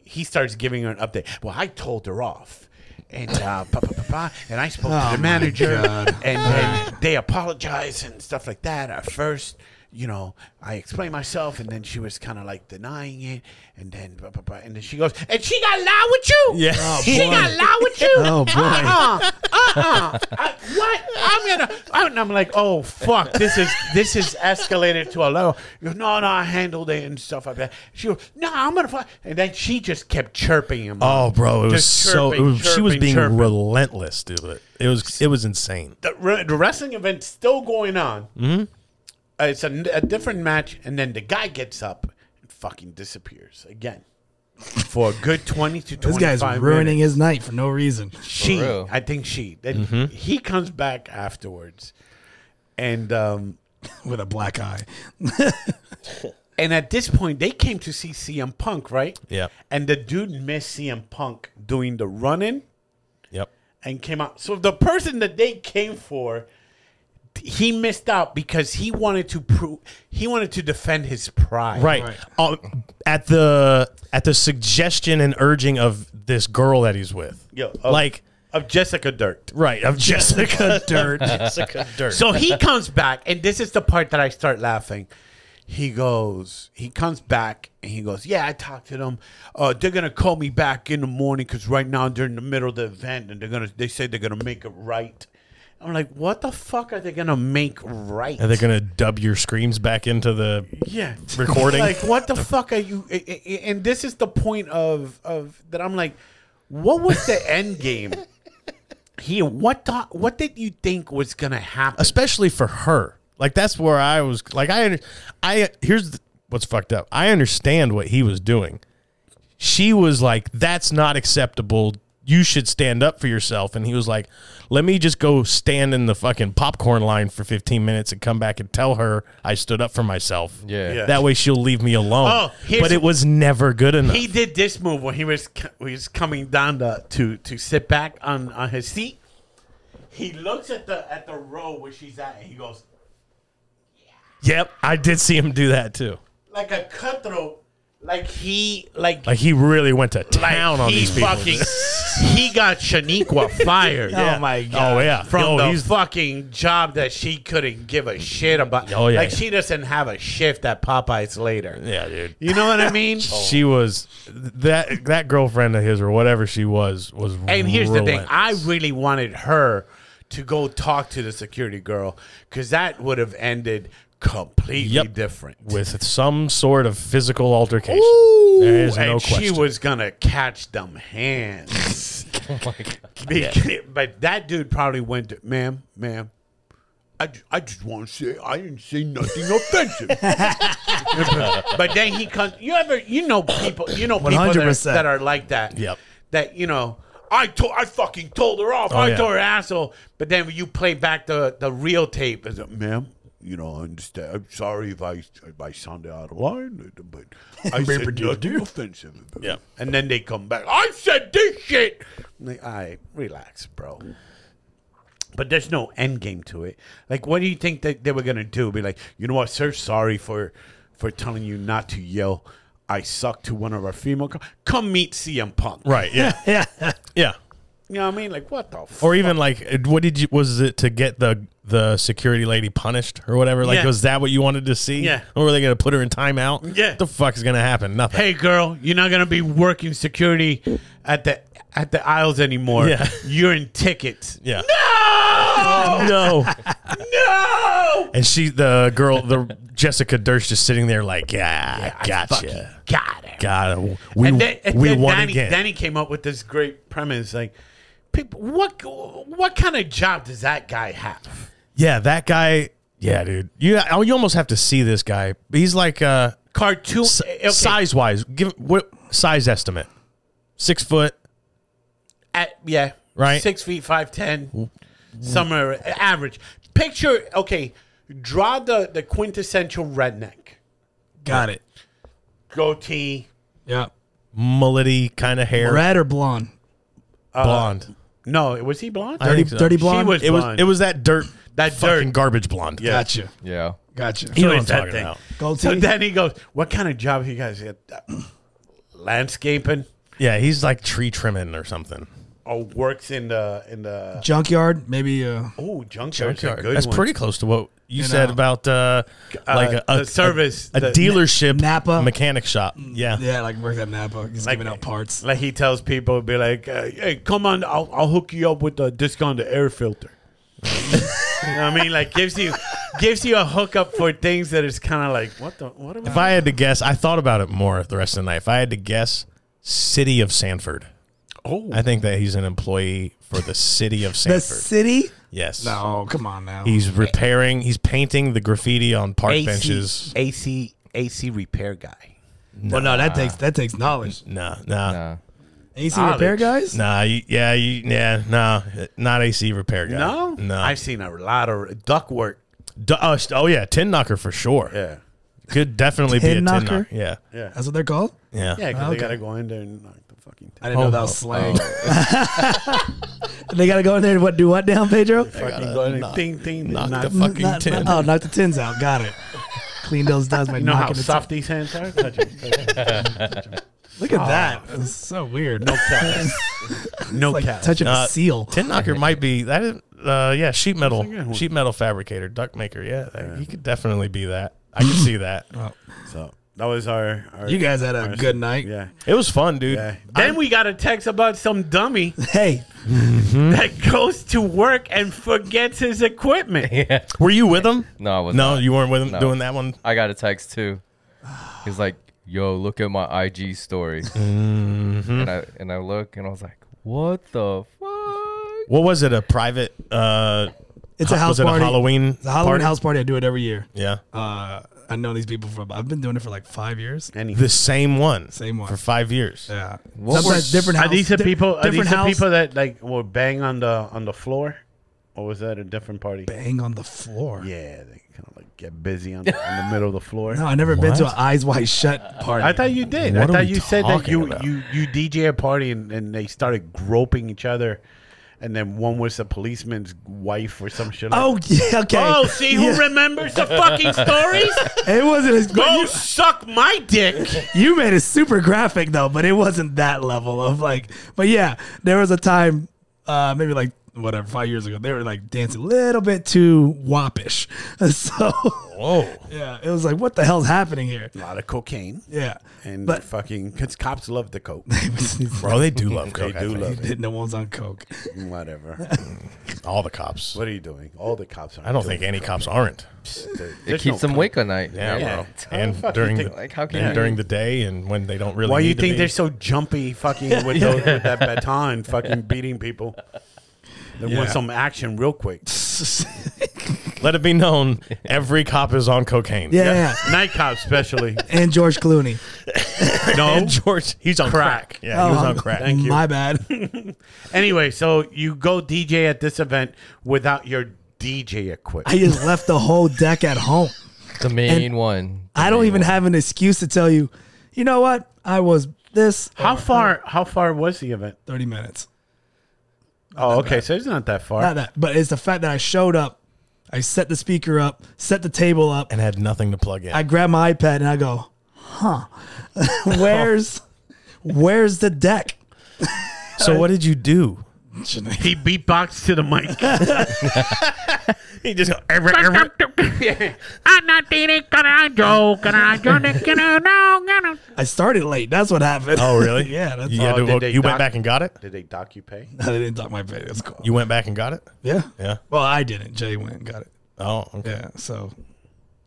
he starts giving her an update. Well, I told her off. And uh, bah, bah, bah, bah, and I spoke Oh, to my the manager, God. and, and they apologized and stuff like that. At first, you know, I explained myself, and then she was kind of like denying it, and then bah, bah, bah, and then she goes, and she got loud with you. Yeah. Oh, she boy. got loud with you. Oh, boy. Uh-uh. Uh-uh. I, what? I'm gonna. I'm, I'm like, oh fuck, this is this is escalated to a level. She goes, no, no, I handled it and stuff like that. She goes, no, I'm gonna. Fuck. And then she just kept chirping him. Oh, bro, it was Just so. chirping, it was- she was chirping, being chirping. relentless, dude. It was. It was insane. the, re- the wrestling event's still going on. Mm-hmm. Uh, it's a, a different match, and then the guy gets up and fucking disappears again for a good twenty to This twenty-five. guy's ruining minutes. his night for no reason. She, real. I think she. Then he comes back afterwards, and um, with a black eye. and at this point they came to see CM Punk, right? Yep. And the dude missed CM Punk doing the running. Yep. and came out. So the person that they came for, he missed out because he wanted to prove he wanted to defend his pride. right, Uh, at the at the suggestion and urging of this girl that he's with Yo, of- like of Jessica Dirt. right of oh. jessica dirt jessica dirt So he comes back, and this is the part that I start laughing. He goes, he comes back, and he goes, "Yeah, I talked to them. Uh, they're gonna call me back in the morning because right now they're in the middle of the event, and they're gonna they say they're gonna make it right." I'm like, "What the fuck are they gonna make right?" are they gonna dub your screams back into the yeah recording? like what the fuck are you a- a- a- and this is the point of of that i'm like what was the end game here what the, what did you think was gonna happen especially for her like that's where i was like i under- i here's the, what's fucked up i understand what he was doing she was like that's not acceptable you should stand up for yourself and he was like let me just go stand in the fucking popcorn line for 15 minutes and come back and tell her i stood up for myself Yeah. Yeah. that way she'll leave me alone Oh, here's- but it was never good enough he did this move when he was co- he was coming down to to, to sit back on, on his seat he looks at the at the row where she's at and he goes Yep, I did see him do that too. like a cutthroat. Like he, like, Like he really went to like town on he these people. fucking, he got Shaniqua fired. Yeah. Oh my god! Oh yeah. from Yo, the he's- fucking job that she couldn't give a shit about. Oh, yeah. like she doesn't have a shift at Popeyes later. yeah, Oh, dude. You know what I mean? She was that that girlfriend of his or whatever she was was. And here's the thing: relentless. I really wanted her to go talk to the security girl because that would have ended completely Yep. different. with some sort of physical altercation. there is and no she question. was gonna catch them hands. Oh Because- But that dude probably went, to, ma'am, ma'am. I, ju- I just want to say I didn't say nothing offensive. but then he comes. You ever you know people you know people that are, 100%. that are like that. Yep. Oh, That you know. I told I fucking told her off. I yeah. told her asshole. But then when you play back the, the real tape, it's like, ma'am, you know, I understand. I'm sorry if I if I sounded out of line, but I said nothing offensive. Yeah. And then they come back. I said this shit. I'm like, all right, relax, bro. But there's no end game to it. Like, what do you think that they were gonna do? Be like, you know what, sir? Sorry for for telling you not to yell. I suck to one of our female. Co- Come meet CM Punk. right? Yeah, Yeah. yeah. You know what I mean? Like, what the? Or even like, uh, what did you? Was it to get the the security lady punished or whatever? Like, Yeah. was that what you wanted to see? Yeah. Or were they going to put her in timeout? Yeah. What the fuck is going to happen? Nothing. hey girl, you're not gonna be working security at the at the aisles anymore. Yeah. You're in tickets. Yeah. No, No. no. and she, the girl, the Jessica Durst, just sitting there like, yeah, I I fucking gotcha. Got it. Got it. We and then, and we then won Danny, again. Danny came up with this great premise, like, people, what what kind of job does that guy have? Yeah, that guy. Yeah, dude. You oh, you almost have to see this guy. He's like uh Cartoon Eh, okay, size wise. Give what size estimate? Six foot. at, yeah, Right. Six feet five ten, somewhere average. Picture okay, draw the the quintessential redneck Got it. goatee. Yeah. Mullety kind of hair, Red or blonde? blonde. No, was he blonde? I Dirty, think so. dirty She blonde? was- It was Uh, blonde. it was that dirt, That fucking dirt. garbage blonde. Yeah. Gotcha. Yeah. Gotcha. you know So what I'm it's that talking thing. about. Gold So teeth? then he goes, "What kind of job you guys get? Landscaping Yeah, he's like tree trimming or something. or works in the in the Junkyard? Maybe uh, oh junkyard's a good That's one. pretty close to what you You said know. about uh, like a, the a- service, a, the- dealership, Napa? Mm, mechanic shop. Yeah, Yeah, like work at Napa. He's giving out parts. Like he tells people, be like, uh, "Hey, come on, I'll, I'll hook you up with a discount to air filter." You know what I mean, like gives you gives you a hookup for things that is kind of like what the what am If I had to guess, I thought about it more the rest of the night. If I had to guess, city of Sanford. oh I think that he's an employee for the city of the Sanford. city? Yes. No, Oh, come on now. He's repairing. He's painting the graffiti on park AC, benches. AC AC repair guy. Well, no, that takes that takes knowledge. Nah, nah, Nah. AC repair Knowledge. guys? nah. You, yeah, you, yeah, nah. Not AC repair guy. No, no. I've seen a lot of duck work. D- oh, st- oh yeah, tin knocker for sure. Yeah, Could definitely be a Tin tin knocker. knocker? Yeah, yeah, That's what they're called? yeah, yeah. Because Okay. they gotta go in there and knock the fucking. I didn't Oh, know that was oh, slang. oh. they gotta go in there and what do what down, Pedro? fucking go in and knock- ding ding knock knock the You fucking Not- tin. Oh, knock the tins out. Got it. Clean those down by know how knocking the soft these hands are? Touch 'em, touch 'em. tin. Look at that. That's Oh, so weird. No No like cap. touching Uh, a seal. Tin knocker might be that. Is, uh, yeah, sheet good metal, one. sheet metal fabricator, duck maker. Yeah, that- he could definitely be that. I can see that. So that was our. our You guys had a our- good night. Yeah. It was fun, dude. yeah. Then we got a text about some dummy Hey, Hmm? that goes to work and forgets his equipment. Were you with him? No, I was No, not. you weren't with him No. doing that one. I got a text too. He's like, "Yo, look at my IG story," and I and I look and I was like, "What the fuck?" What was it? A private? Uh, it's a ho- house was it a party. Halloween It's a Halloween party? house party. I do it every year. yeah, Uh, I know these people for. I've been doing it for like five years. Any the same one. Same one. for five years. Yeah. What Sometimes different are house. these the di- people? Are these different the house. people that like will bang on the on the floor, or was that a different party? bang on the floor. Yeah, they kind of like get busy on the, in the middle of the floor. No, I never been to an eyes wide shut party. I thought you did. What I are thought we you said that talking you, about? you you DJ a party and, and they started groping each other and then one was a policeman's wife or some shit. like- Oh, yeah, okay. Oh, see who remembers the fucking stories? it wasn't as but Go you- suck my dick. you made it super graphic though, but it wasn't that level of like. But yeah, there was a time, uh, maybe like whatever, five years ago, they were like dancing a little bit too wappish. So Whoa. yeah, it was like, what the hell's happening here? A lot of cocaine Yeah, and but fucking because cops love the coke. Bro, they do love They coke. I do think. love it. no one's on coke. Whatever. All the cops. What are you doing? All the cops are. I don't think any cops aren't. It keeps them awake at night. Yeah, man. Yeah. bro. And during the, Like, how can and you- during the day and when they don't really. Why you need to think be. they're so jumpy fucking with, those, with that baton fucking beating people? They want Yeah. some action real quick. Let it be known, every cop is on cocaine. Yeah, yeah. Night cop especially. and George Clooney. No. And George, he's on crack. Crack. Yeah, he was Oh, on crack. Thank you. My bad. Anyway, so you go DJ at this event without your DJ equipment. I just left the whole deck at home. The main one. I don't even have an excuse to tell you. You know what? I was this How far? How far was the event? thirty minutes. Oh, okay. So it's not that far. Not that, but it's the fact that I showed up. I set the speaker up, set the table up. And had nothing to plug in. I grab my iPad and I go, "Huh? where's where's the deck?" so what did you do? He beatboxed to the mic. He just I started late. That's what happened. Oh, really? Yeah, that's you, had all. to- Did they you went doc- back and got it. Did they dock you pay? I didn't talk my pay. That's cool. You went back and got it. yeah. Yeah. Well, I didn't. Jay went and got it. Oh, okay. Yeah. So,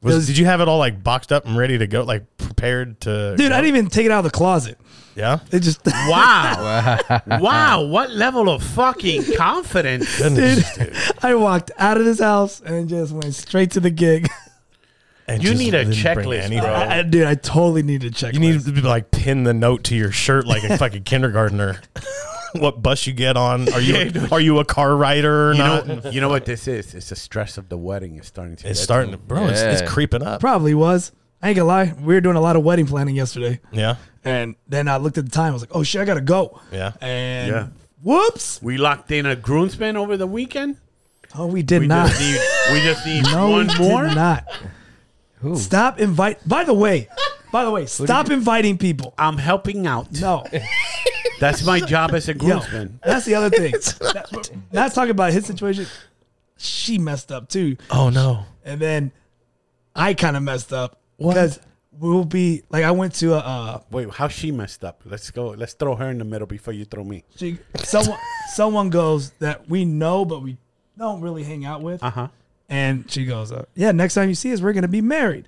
Was- It was- did you have it all like boxed up and ready to go, like prepared to? dude, go? I didn't even take it out of the closet. Yeah. It just Wow. wow. What level of fucking confidence? Goodness, dude. I walked out of this house and just went straight to the gig. And You just need a didn't bring checklist, any- bro. I, I- dude, I totally Oh. need to check. You need to be like pin the note to your shirt like a fucking kindergartner. what bus you get on? Are you are you a car rider or You not? know, you know what this is? It's the stress of the wedding is starting to. it's get starting to, bro. It's, Yeah. it's creeping up. Probably was. I ain't gonna lie. We were doing a lot of wedding planning yesterday, Yeah. and then I looked at the time. I was like, "Oh shit, I gotta go." Yeah. And Yeah. whoops. We locked in a groomsman over the weekend. Oh, we did We not. just need. We just need no, one we more. did not. Who? Stop invite. By the way, by the way, stop inviting people. I'm helping out. No, That's my job as a yo, groomsman. that's the other thing. That- That's talking about his situation. She messed up too. Oh no. and then I kind of messed up because we'll be like I went to a uh, Wait, how she messed up? Let's go. Let's throw her in the middle before you throw me. she, someone someone goes that we know but we don't really hang out with, Uh huh. and she goes, uh, "Yeah, next time you see us, we're gonna be married,"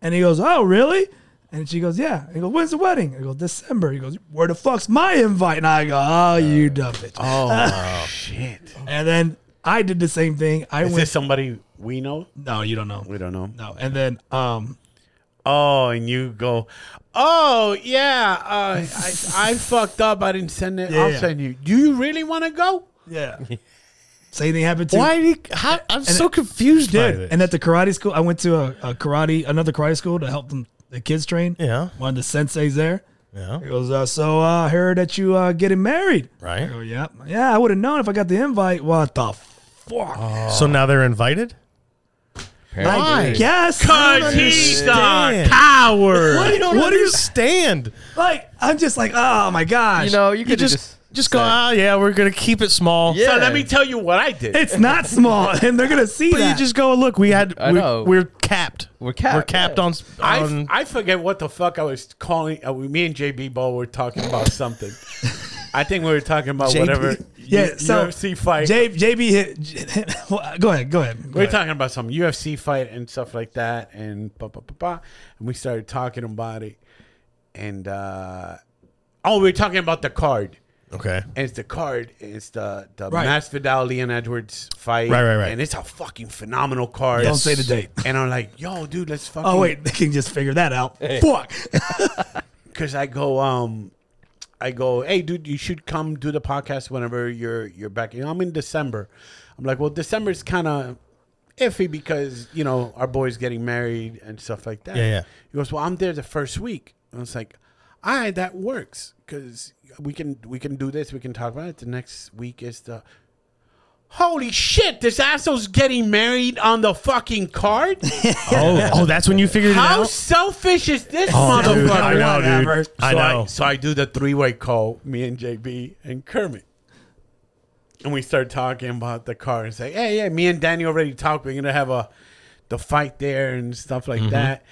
and he goes, "Oh, really?" And she goes, "Yeah." He goes, "When's the wedding?" I go, "December." He goes, "Where the fuck's my invite?" And I go, "Oh, you dumb bitch." Oh, shit! And then I did the same thing. I Is went. this somebody we know? no, you don't know. We don't know. No, and then um, Oh, and you go. Oh yeah, uh, I, I fucked up. I didn't send it. I'll Yeah. send you. Do you really want to go? yeah. Same thing happened to Why? Did he, how, I'm so confused by Dude, this. and at the karate school, I went to a, a karate, another karate school to help them the kids train. Yeah. one of the senseis there. yeah. He goes, uh, so uh, I heard that you uh, getting married. I Right. go, yeah, yeah. I would have known if I got the invite. What the fuck? So now they're invited. I guess. Cause he's a understand. coward. What do you don't what do you understand? stand? Like, I'm just like, oh my gosh. You know, you You could just just, go. Ah, yeah, we're gonna keep it small. Yeah. So let me tell you what I did. it's not small, and they're gonna see But that. you just go. Look, we had. I we, know. We're capped. We're capped, We're capped yeah. on. s- I, Um, on I forget what the fuck I was calling. Uh, we- me and JB Ball were talking about something. I think we were talking about JB. whatever. yeah. U- so UFC fight. J, JB hit. well, go ahead. Go ahead. Go we were ahead. talking about some UFC fight and stuff like that, and ba ba ba ba. And we started talking about it, and uh, oh, we were talking about the card. okay. And it's the card. It's the the Right. Masvidal Leon Edwards fight. Right, right, right. And it's a fucking phenomenal card. Don't say the date. And I'm like, yo, dude, let's fucking. Oh wait, they can just figure that out. Fuck. because I go, um, I go, hey, dude, you should come do the podcast whenever you're you're back. You know, I'm in December. I'm like, well, December's kind of iffy because you know our boy's getting married and stuff like that. Yeah, yeah. He goes, well, I'm there the first week. And I was like, all right, that works because we can we can do this. We can talk about it. The next week is the Holy shit, this asshole's getting married on the fucking card? Oh, oh, that's when you figured it How out. selfish is this Oh, dude, I motherfucker? know, Whatever. dude. I so know. so I do the three way call, me and JB and Kermit. And we start talking about the car and say, hey, yeah, me and Danny already talked. We're going to have a the fight there and stuff like Mm-hmm. that.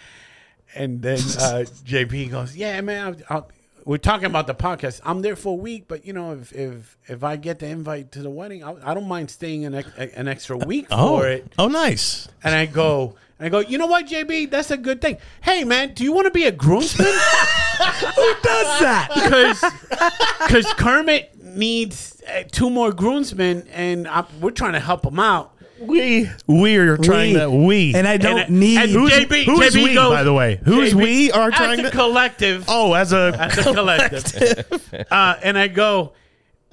And then uh, JB goes, yeah, man, I'll, I'll, we're talking about the podcast. I'm there for a week, but you know, if if, if I get the invite to the wedding, I, I don't mind staying an, ex- an extra week Oh, for it. oh, nice. And I go, and I go, you know what, JB? That's a good thing. Hey, man, do you want to be a groomsman? Does that? Because Kermit needs uh, two more groomsmen, and I, we're trying to help him out. We we are trying We. that. We And I don't and, need. and Who's- JB, who is JB we, goes, by the way? Who is JB we are trying as a to- collective. oh, as a As a collective. uh, and I go,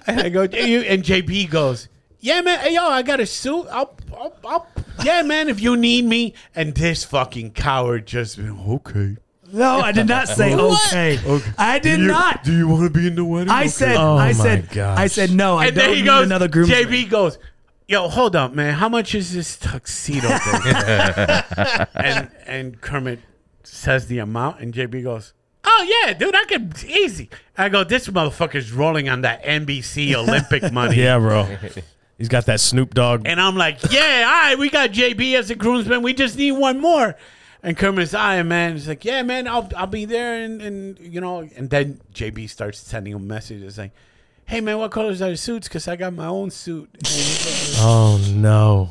and I go, you and JB goes, yeah, man. Hey, yo, I got a suit. I'll, I'll, I'll, yeah, man. If you need me, and this fucking coward just went, okay. no, I did not say okay. I did You- not. Do you want to be in the wedding? I said. Oh my I said. gosh. I said no. I and don't then he need goes, another groom. JB goes, yo, hold up, man. How much is this tuxedo thing? and and Kermit says the amount, and JB goes, oh yeah, dude, I could easy. I go, this motherfucker's rolling on that NBC Olympic money. yeah, bro. He's got that Snoop Dogg. And I'm like, yeah, all right, we got JB as a groomsman. We just need one more. And Kermit's eye, man, he's like, yeah, man, I'll, I'll be there. And, and, you know, and then JB starts sending him messages saying, hey, man, what colors are your suits? Because I got my own suit. oh no,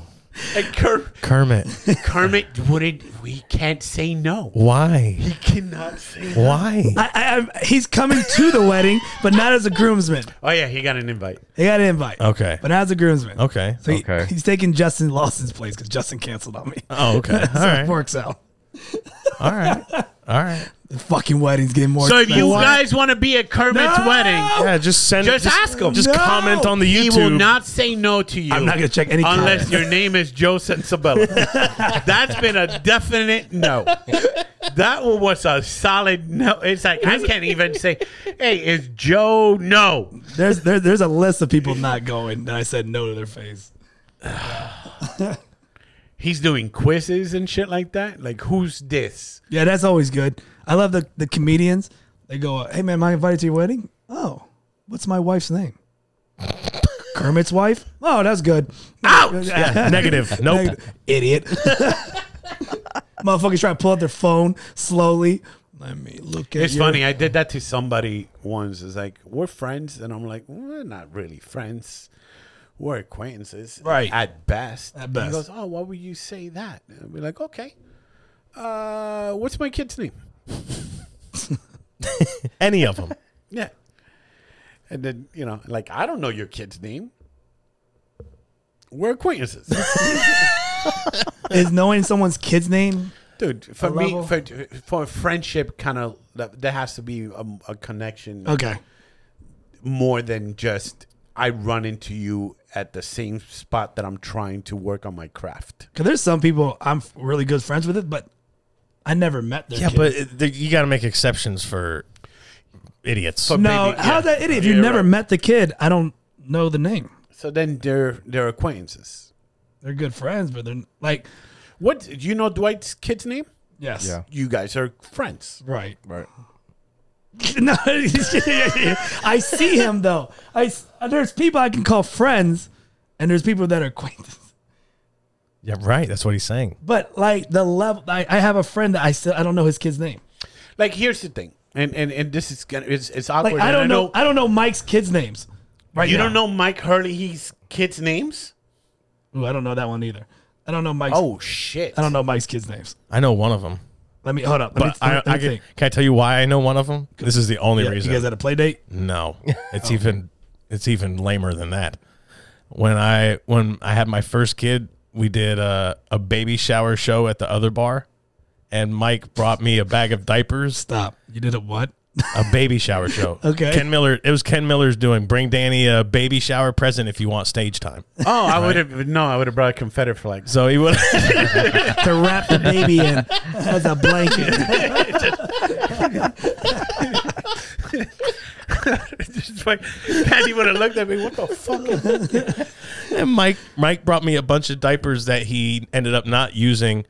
and Kerm- Kermit. Kermit wouldn't, we can't say no. Why? He cannot say no. Why? I, I, I'm- he's coming to the wedding, but not as a groomsman. Oh, yeah, he got an invite. He got an invite. Okay. But not as a groomsman. Okay. So he- Okay. he's taking Justin Lawson's place because Justin canceled on me. Oh, okay. All so it right. works out. All right. All right. The fucking wedding's getting more. So if expensive. you guys want to be at Kermit's No! wedding, Yeah, just send. Just ask him. Just No! comment on the he YouTube. will not say no to you. I'm not gonna check any unless comments. your name is Joe Sensabella. That's been a definite no. That one was a solid no. It's like I can't even say, "Hey, is Joe no?" there's there, there's a list of people not going that I said no to their face. He's doing quizzes and shit like that. Like, who's this? Yeah, that's always good. I love the the comedians. They go, "Hey man, am I invited to your wedding?" Oh, what's my wife's name? Kermit's wife. Oh, that's good. Ouch! Yeah, negative. Nope. Idiot. Motherfuckers try to pull out their phone slowly. Let me look at. It's your- funny. I did that to somebody once. It's like we're friends, and I'm like, we're not really friends. We're acquaintances, Right. At best. At And best. He goes, "Oh, why would you say that?" And I'll be like, "Okay, uh, what's my kid's name?" Any of them. Yeah. And then you know, like I don't know your kid's name. We're acquaintances, Is knowing someone's kid's name dude. For A me, level. for, for friendship, kind of that there has to be a, a connection. okay? more than just I run into you at the same spot that I'm trying to work on my craft. Because there's some people I'm f- really good friends with it, but I never met their Yeah, kid. but it, there- you got to make exceptions for idiots. For no, baby- how's yeah. that idiot? If you've Yeah, never right. met the kid, I don't know the name. So then they're they're acquaintances. They're good friends, but they're like, What do you know Dwight's kid's name? yes, Yeah. You guys are friends. right. Right. no, I see him though. I s- there's people I can call friends, and there's people that are acquaintances. Yeah, right. That's what he's saying. But like the level, I, I have a friend that I still I don't know his kid's name. Like here's the thing. And and, and this is gonna it's, it's awkward. Like I and don't know, I don't know Mike's kids' names. Right? you now. don't know Mike Hurley's kids' names? Ooh, I don't know that one either. I don't know Mike's. Oh shit. I don't know Mike's kids' names. I know one of them. Let me hold up. Let me, But I, let me I can, think. can I tell you why I know one of them? This is the only Yeah, reason. you guys had a play date. No, Oh. it's even it's even lamer than that. When I when I had my first kid, we did a, a baby shower show at the other bar, and Mike brought me a bag of diapers. Stop. You did a what? A baby shower show. Okay. Ken Miller. It was Ken Miller's doing. Bring Danny a baby shower present if you want stage time. Oh, I would have no, I would have brought a Confederate flag. So he would. to wrap the baby in as a blanket. It's like, Patty would have looked at me. What the fuck? is that?" And Mike Mike brought me a bunch of diapers that he ended up not using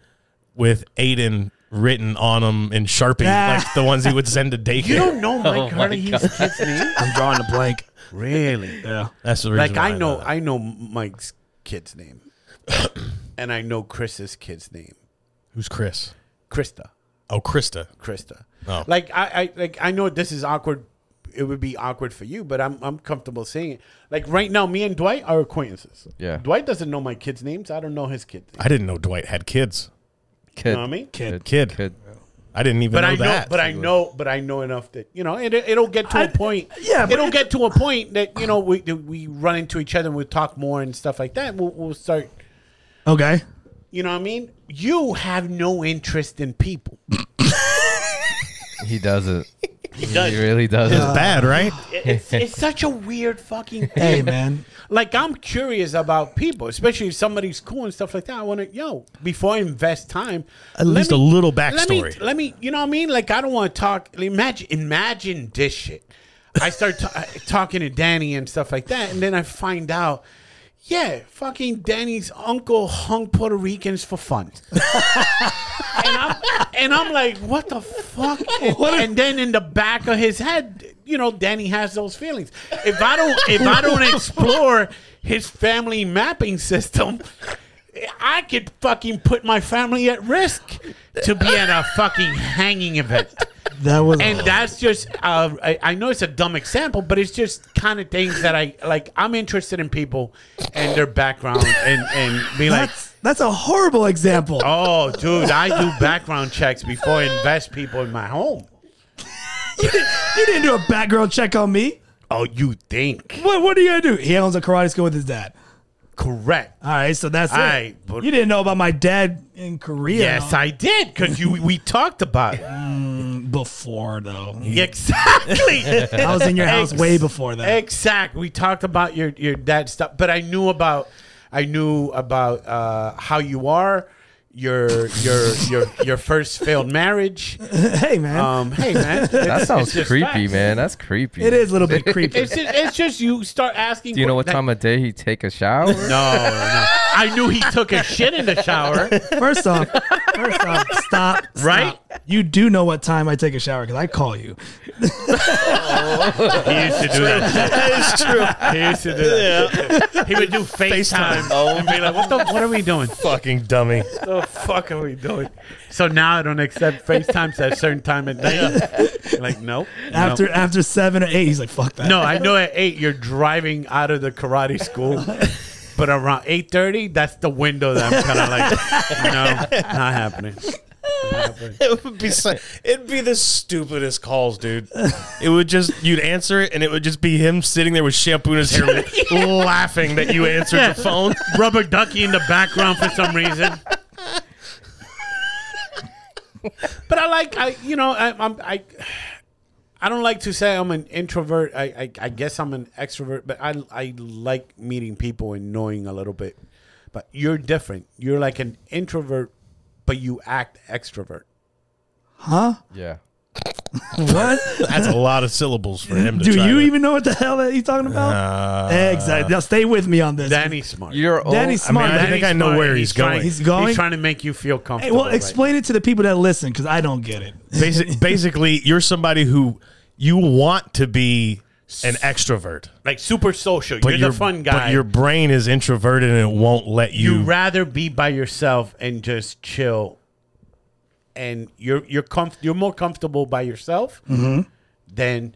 with Aiden written on them in Sharpie, Ah. like the ones he would send to You daycare. don't know Mike Carter. He's kids name. Oh I'm drawing a blank. Really? Yeah. That's the reason. Like why I know, that. I know Mike's kid's name, and I know Chris's kid's name, who's Chris. Krista. Oh, Krista. Krista. Oh. Like I, I like I know this is awkward. It would be awkward for you, but I'm I'm comfortable saying it. Like right now, me and Dwight are acquaintances. Yeah. Dwight doesn't know my kids' names. I don't know his kids. I didn't know Dwight had kids. Kid. You know what I mean? Kid. Kid. Kid. I didn't even But know I know, that. but I know, but I know enough that you know it. It'll get to a I- point. yeah, but it'll it- get to a point that you know we that we run into each other and we talk more and stuff like that. We'll, we'll start. Okay. You know what I mean? You have no interest in people. He does it. he, does. really does It's it. bad, right? It's, it's such a weird fucking thing. Hey man. like I'm curious about people, especially if somebody's cool and stuff like that. I want to, yo, before I invest time, At let least a little Let me, backstory. let me, you know what I mean? Like I don't want to talk. Imagine, imagine this shit. I start ta- talking to Danny and stuff like that, and then I find out. Yeah, fucking Danny's uncle hung Puerto Ricans for fun, and, I'm, and I'm like, what the fuck? And, and then in the back of his head, you know, Danny has those feelings. If I don't, if I don't explore his family mapping system, I could fucking put my family at risk to be at a fucking hanging event. That was And that's just, uh, I, I know it's a dumb example, but it's just kind of things that I like. I'm interested in people and their background and, and be like, that's that's a horrible example. oh, dude, I do background checks before I invest people in my home. You didn't do a background check on me. Oh, you think? What what are you gonna do? He owns a karate school with his dad. Correct. All right, so that's All it. right, but- you didn't know about my dad in Korea. Yes, I did because you we talked about it. before though. Exactly. I was in your house Ex- way before that. Exact. We talked about your your dad stuff, but I knew about I knew about uh, how you are, your your your your first failed marriage. hey man, Um, hey man, That sounds just creepy, facts. man. That's creepy. it is a little bit creepy. It's just, it's just you start asking. Do you know what time of day he take a shower? No, no. I knew he took a shit in the shower. First off, first off, stop. stop. Right? You do know what time I take a shower because I call you. He used to do that. It's true. He used to do that. He would do FaceTime, and be like, "What the? What are we doing?" Fucking dummy. the fuck are we doing? So now I don't accept FaceTimes at a certain time at night. like, no. After after seven or eight, he's like, "Fuck that." No, I know at eight you're driving out of the karate school. But around eight thirty, that's the window that I'm kind of like, no, not happening. It would be so, it'd be the stupidest calls, dude. It would just you'd answer it, and it would just be him sitting there with shampoo in his hair, laughing that you answered the phone. Rubber ducky in the background for some reason. but I like, I you know, I, I'm I. I don't like to say I'm an introvert. I, I, I guess I'm an extrovert, but I, I like meeting people and knowing a little bit. But you're different. You're like an introvert, but you act extrovert. Yeah. what? That's a lot of syllables for him. To Do try you to- Uh, even know what the hell that he's talking about? exactly. Now stay with me on this. Danny's smart. You're old. Danny's I mean, smart. I man. think I know smart. where he's, trying- going. He's going? He's trying to make you feel Hey, comfortable. well, right explain it to the people that listen because I don't get it. Basi- basically, you're somebody who you want to be an extrovert, now. like super social. but you're, your- the fun guy. But your brain is introverted and it won't let you. you rather be by yourself and just chill and you're you're comf- you're more comfortable by yourself than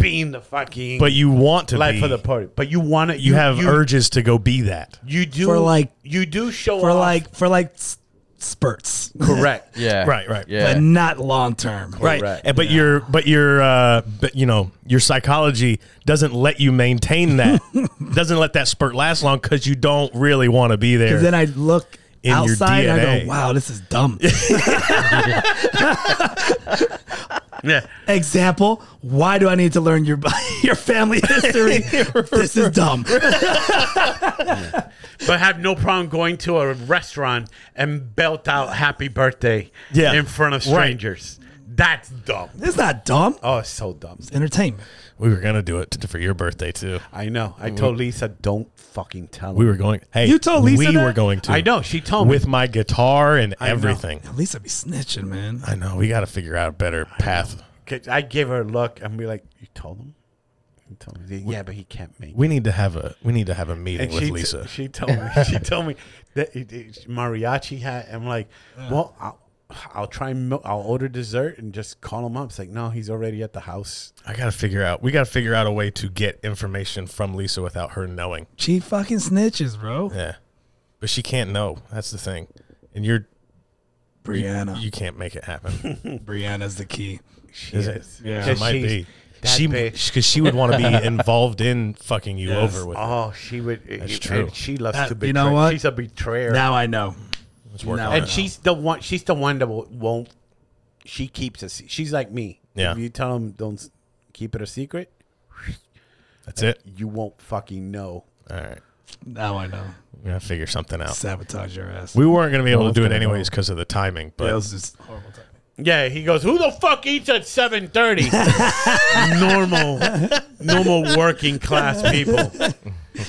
being the fucking Mm-hmm. but you want to life be. of the party but you want to you have urges to go be that. you do For like- you do show For off. like for like s- spurts, correct Yeah. Right, right. Yeah. but not long term. right Correct. And- but your but your uh but you know your psychology doesn't let you maintain that doesn't let that spurt last long because you don't really want to be there Then I look In your outside and I DNA. go, "Wow, this is dumb." yeah Example: Why do I need to learn your your family history? this is dumb. but have no problem going to a restaurant and belt out happy birthday Yeah. in front of Right. strangers That's dumb. It's not dumb. Oh, it's so dumb. It's entertainment. We were gonna do it t- for your birthday too. I know. I told Lisa, don't fucking tell her. We were going. Hey, You told Lisa we that? were going to. I know. She told with me. my guitar and know. everything. At least I'd be snitching, man. I know. We got to figure out a better path. 'Cause I gave her a look and be like, you told him? You told me. Yeah, but he can't make it. We need to have a we need to have a meeting And with she, Lisa. she told me. She told me that it, it's mariachi hat. I'm like, well, I'll, I'll try. and mil- I'll order dessert and just call him up. It's like, no, he's already at the house. I got to figure out. We got to figure out a way to get information from Lisa without her knowing. She fucking snitches, bro. Yeah, but she can't know. That's the thing. And you're Brianna. you can't make it happen. Brianna's the key. She Is it? is. Yeah. It Because might she's- be. that She bitch. because she would want to be involved in fucking you Yes. over with. it. Oh, she would. and true. She loves That- to betray. you know what? She's a betrayer. Now I know. Let's work No. on and it. she's the one. She's the one that wo- won't. She keeps us. She's like me. Yeah. If you tell them don't s- keep it a secret, That's it. you won't fucking know. All right, Now I know. we gotta figure something out. Sabotage your ass. We weren't gonna be able to do it anyways because of the timing, but Yeah, it was just horrible time. Yeah, he goes, "Who the fuck eats at 7:30?" normal, normal working class people.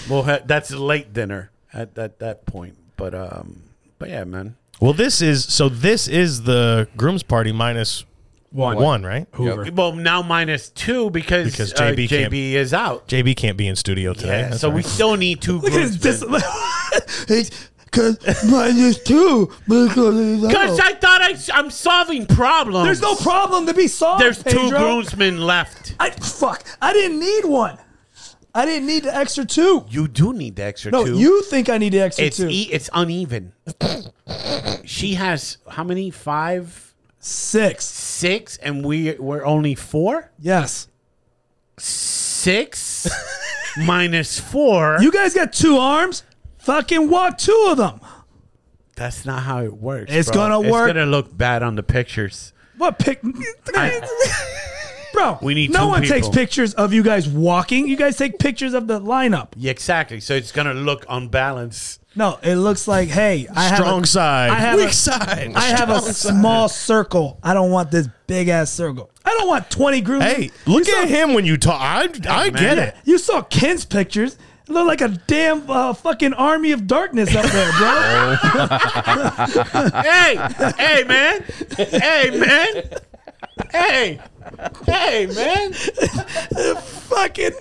Well, ha- that's late dinner at at that point. But um, but yeah, man. well, this is so. This is the groom's party minus One. one, right? Hoover. Well, now minus two because Because uh, JB can't- JB is out. JB can't be in studio today. Yeah, That's so all we right. still need two. Look at his groomsmen. dis- It's because minus two. Because it's Because out. I thought I, I'm solving problems. There's no problem to be solved. There's two Pedro. groomsmen left. I fuck. I didn't need one. I didn't need the extra two. You do need the extra No, two. you think I need the extra it's two? e- it's uneven. she has how many? Five, Six. six, and we we're only four. Yes. Six minus four. You guys got two arms. Fucking walk two of them. That's not how it works. It's bro. gonna It's work. gonna look bad on the pictures. What pic? Bro, We need no two one takes people. pictures of you guys walking. You guys take pictures of the lineup. Yeah, exactly. So it's gonna look unbalanced. No, it looks like hey, I have a- strong side, I have weak a- side. I have a strong side. small circle. I don't want this big ass circle. I don't want twenty groups. Hey, look you at saw, him when you talk. I, I man. get it. You saw Ken's pictures. It looked like a damn uh, fucking army of darkness up there, bro. hey, hey, man. Hey, man. Hey, hey, man. fucking,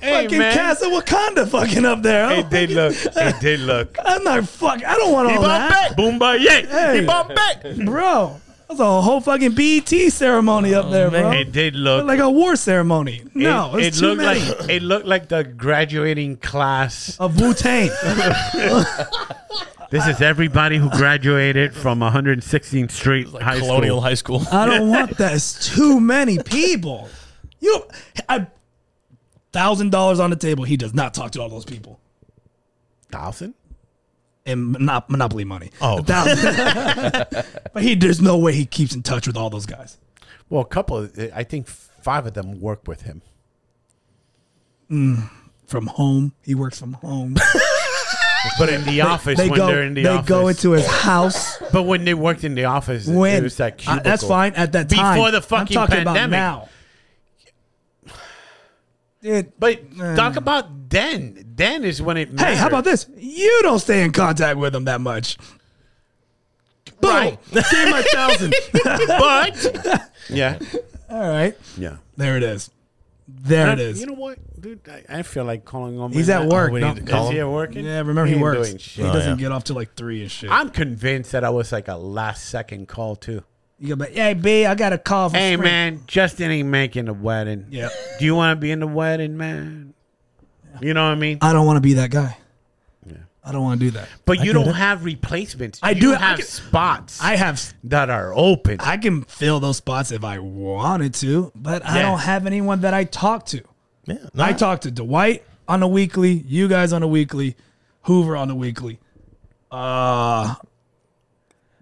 Hey, fucking man. Casa Wakanda, fucking up there. It did look. It did look. I'm not fuck. I don't want all that, Boomba, yeah. Hey. bro. That's a whole fucking BET ceremony up there, bro. It did look. like a war ceremony. No, Oh, it, it's it too looked many. like it looked like the graduating class. of Wu Tang. This is everybody who graduated from 116th Street High Colonial School. High School. I don't want that. It's too many people. You, I, thousand dollars on the table. He does not talk to all those people. Thousand? And monop- monopoly money. Oh. A thousand- but he there's no way he keeps in touch with all those guys. Well, a couple. of- I think five of them work with him. From home, he works from home. But in the office, they when go, they're in the they office, go into his house. But when they worked in the office, When it was that Uh, cubicle. that's fine at that time. Before the fucking I'm talking About pandemic. now, dude. But talk about then. Then is when it. Uh. Hey, how about mattered. this? You don't stay in contact with him that much. Boom. Right. Give him a thousand. But yeah, All right. yeah. There it is. There it Uh, is. You know what, oh, dude? I, I feel like calling on. my He's at man. work. we no. need to Is call he him. at work? yeah, remember he, ain't works. doing He shit. Oh, doesn't yeah. get off till like three and shit. I'm convinced that I was like a last second call too. you go back. Hey, B, I got a call from. Hey spring." man, Justin ain't making the wedding. Yeah. Do you want to be in the wedding, man? You know what I mean? I don't want to be that guy. I don't want to do that. But I you get don't it. have replacements. I You do- I have can- spots I have. that are open. I can fill those spots if I wanted to, but I Yeah. don't have anyone that I talk to. Yeah, I talk to Dwight on a weekly, you guys on a weekly, Hoover on a weekly. Uh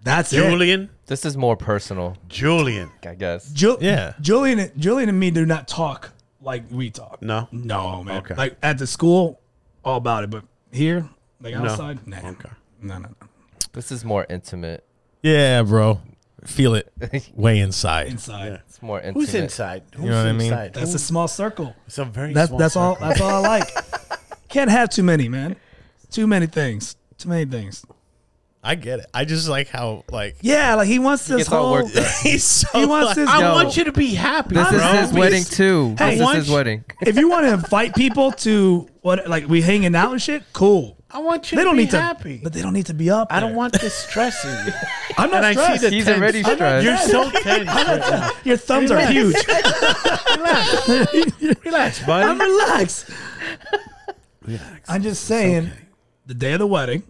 that's it. Julian, This is more personal, Julian. I guess. Ju- Yeah. Julian and Julian and me do not talk like we talk. No. No, man. Okay. Like at the school, all about it. But here, like outside, no. nah. Okay. No, no, no. This is more intimate. yeah, bro. feel it way inside. inside. It's more intimate. Who's inside? Who's know what I mean? inside? That's a small circle. it's a very That's small that's all. circle. That's all I like. Can't have too many, man. Too many things. Too many things. I get it. I just like how like Yeah, like he wants this gets all whole. worked up. he's so He wants like- his. I Yo. want you to be happy. This bro. is his Be- wedding too. Hey, this once- is his wedding. if you want to invite people to what, like we hanging out and shit, cool. I want you They to don't be need to, happy. but they don't need to be up. I don't there. want this stressing. you. I'm not and I see stressed. the He's tense- already stressed. You're so tense. right Your thumbs are huge. now. Relax, I'm buddy. relaxed. Relax. I'm just saying, the day of the wedding.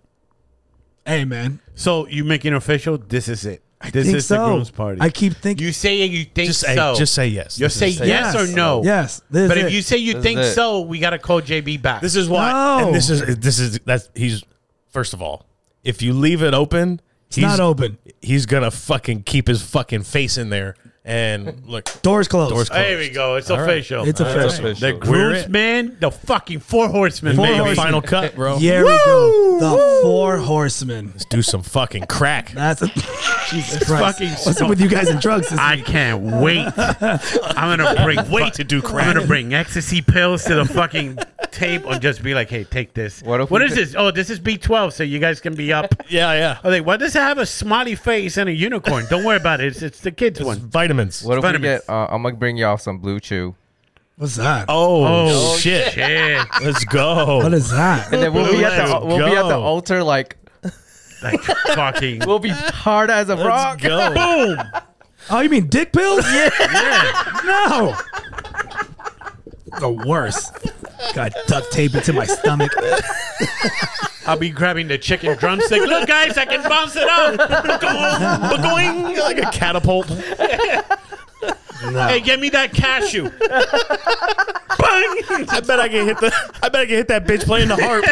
Hey, man. So you make it official. This is it. this think is the so. groom's party. I keep thinking. you say it, you think Just say so. just say yes. You This say is- yes, yes. or no. yes. this But is if it. you say you This think is it. so, we gotta call JB back. This is why. No. And this is this is that's he's first of all, if you leave it open, it's not open. He's gonna fucking keep his fucking face in there and look. Doors closed. Doors closed. there we go. It's right. official. It's official. The official. We're it. groomsman, the fucking four horsemen, Make baby. a final cut, bro. Here we go. The four horsemen. Let's do some fucking crack. That's a, Jesus Christ. fucking What's up with you guys and drugs? This- I can't wait. I'm gonna bring Wait to do crack. I'm gonna bring ecstasy pills to the fucking table and just be like, "Hey, take this. What if what we is did- this? Oh, this is B12, so you guys can be up." Yeah, yeah. Oh, they why does it have a smiley face and a unicorn? Don't worry about it. It's, it's the kids one. Vitamins. What if Vitamins. we get? Uh, I'm gonna bring y'all some blue chew, What's that? Oh, Oh, shit. Yeah, Let's What go. is that? and then we'll be at Let's the we'll be at the go. altar like like fucking we'll be hard as a rock. Let's go. boom. Oh, you mean dick pills? Yeah. No. The worst. Got duct tape into my stomach. I'll be grabbing the chicken drumstick. Look, guys, I can bounce it up. Boing, like a catapult. hey, get me that cashew. Bang! I bet I can hit the. I bet I can hit that bitch playing the harp.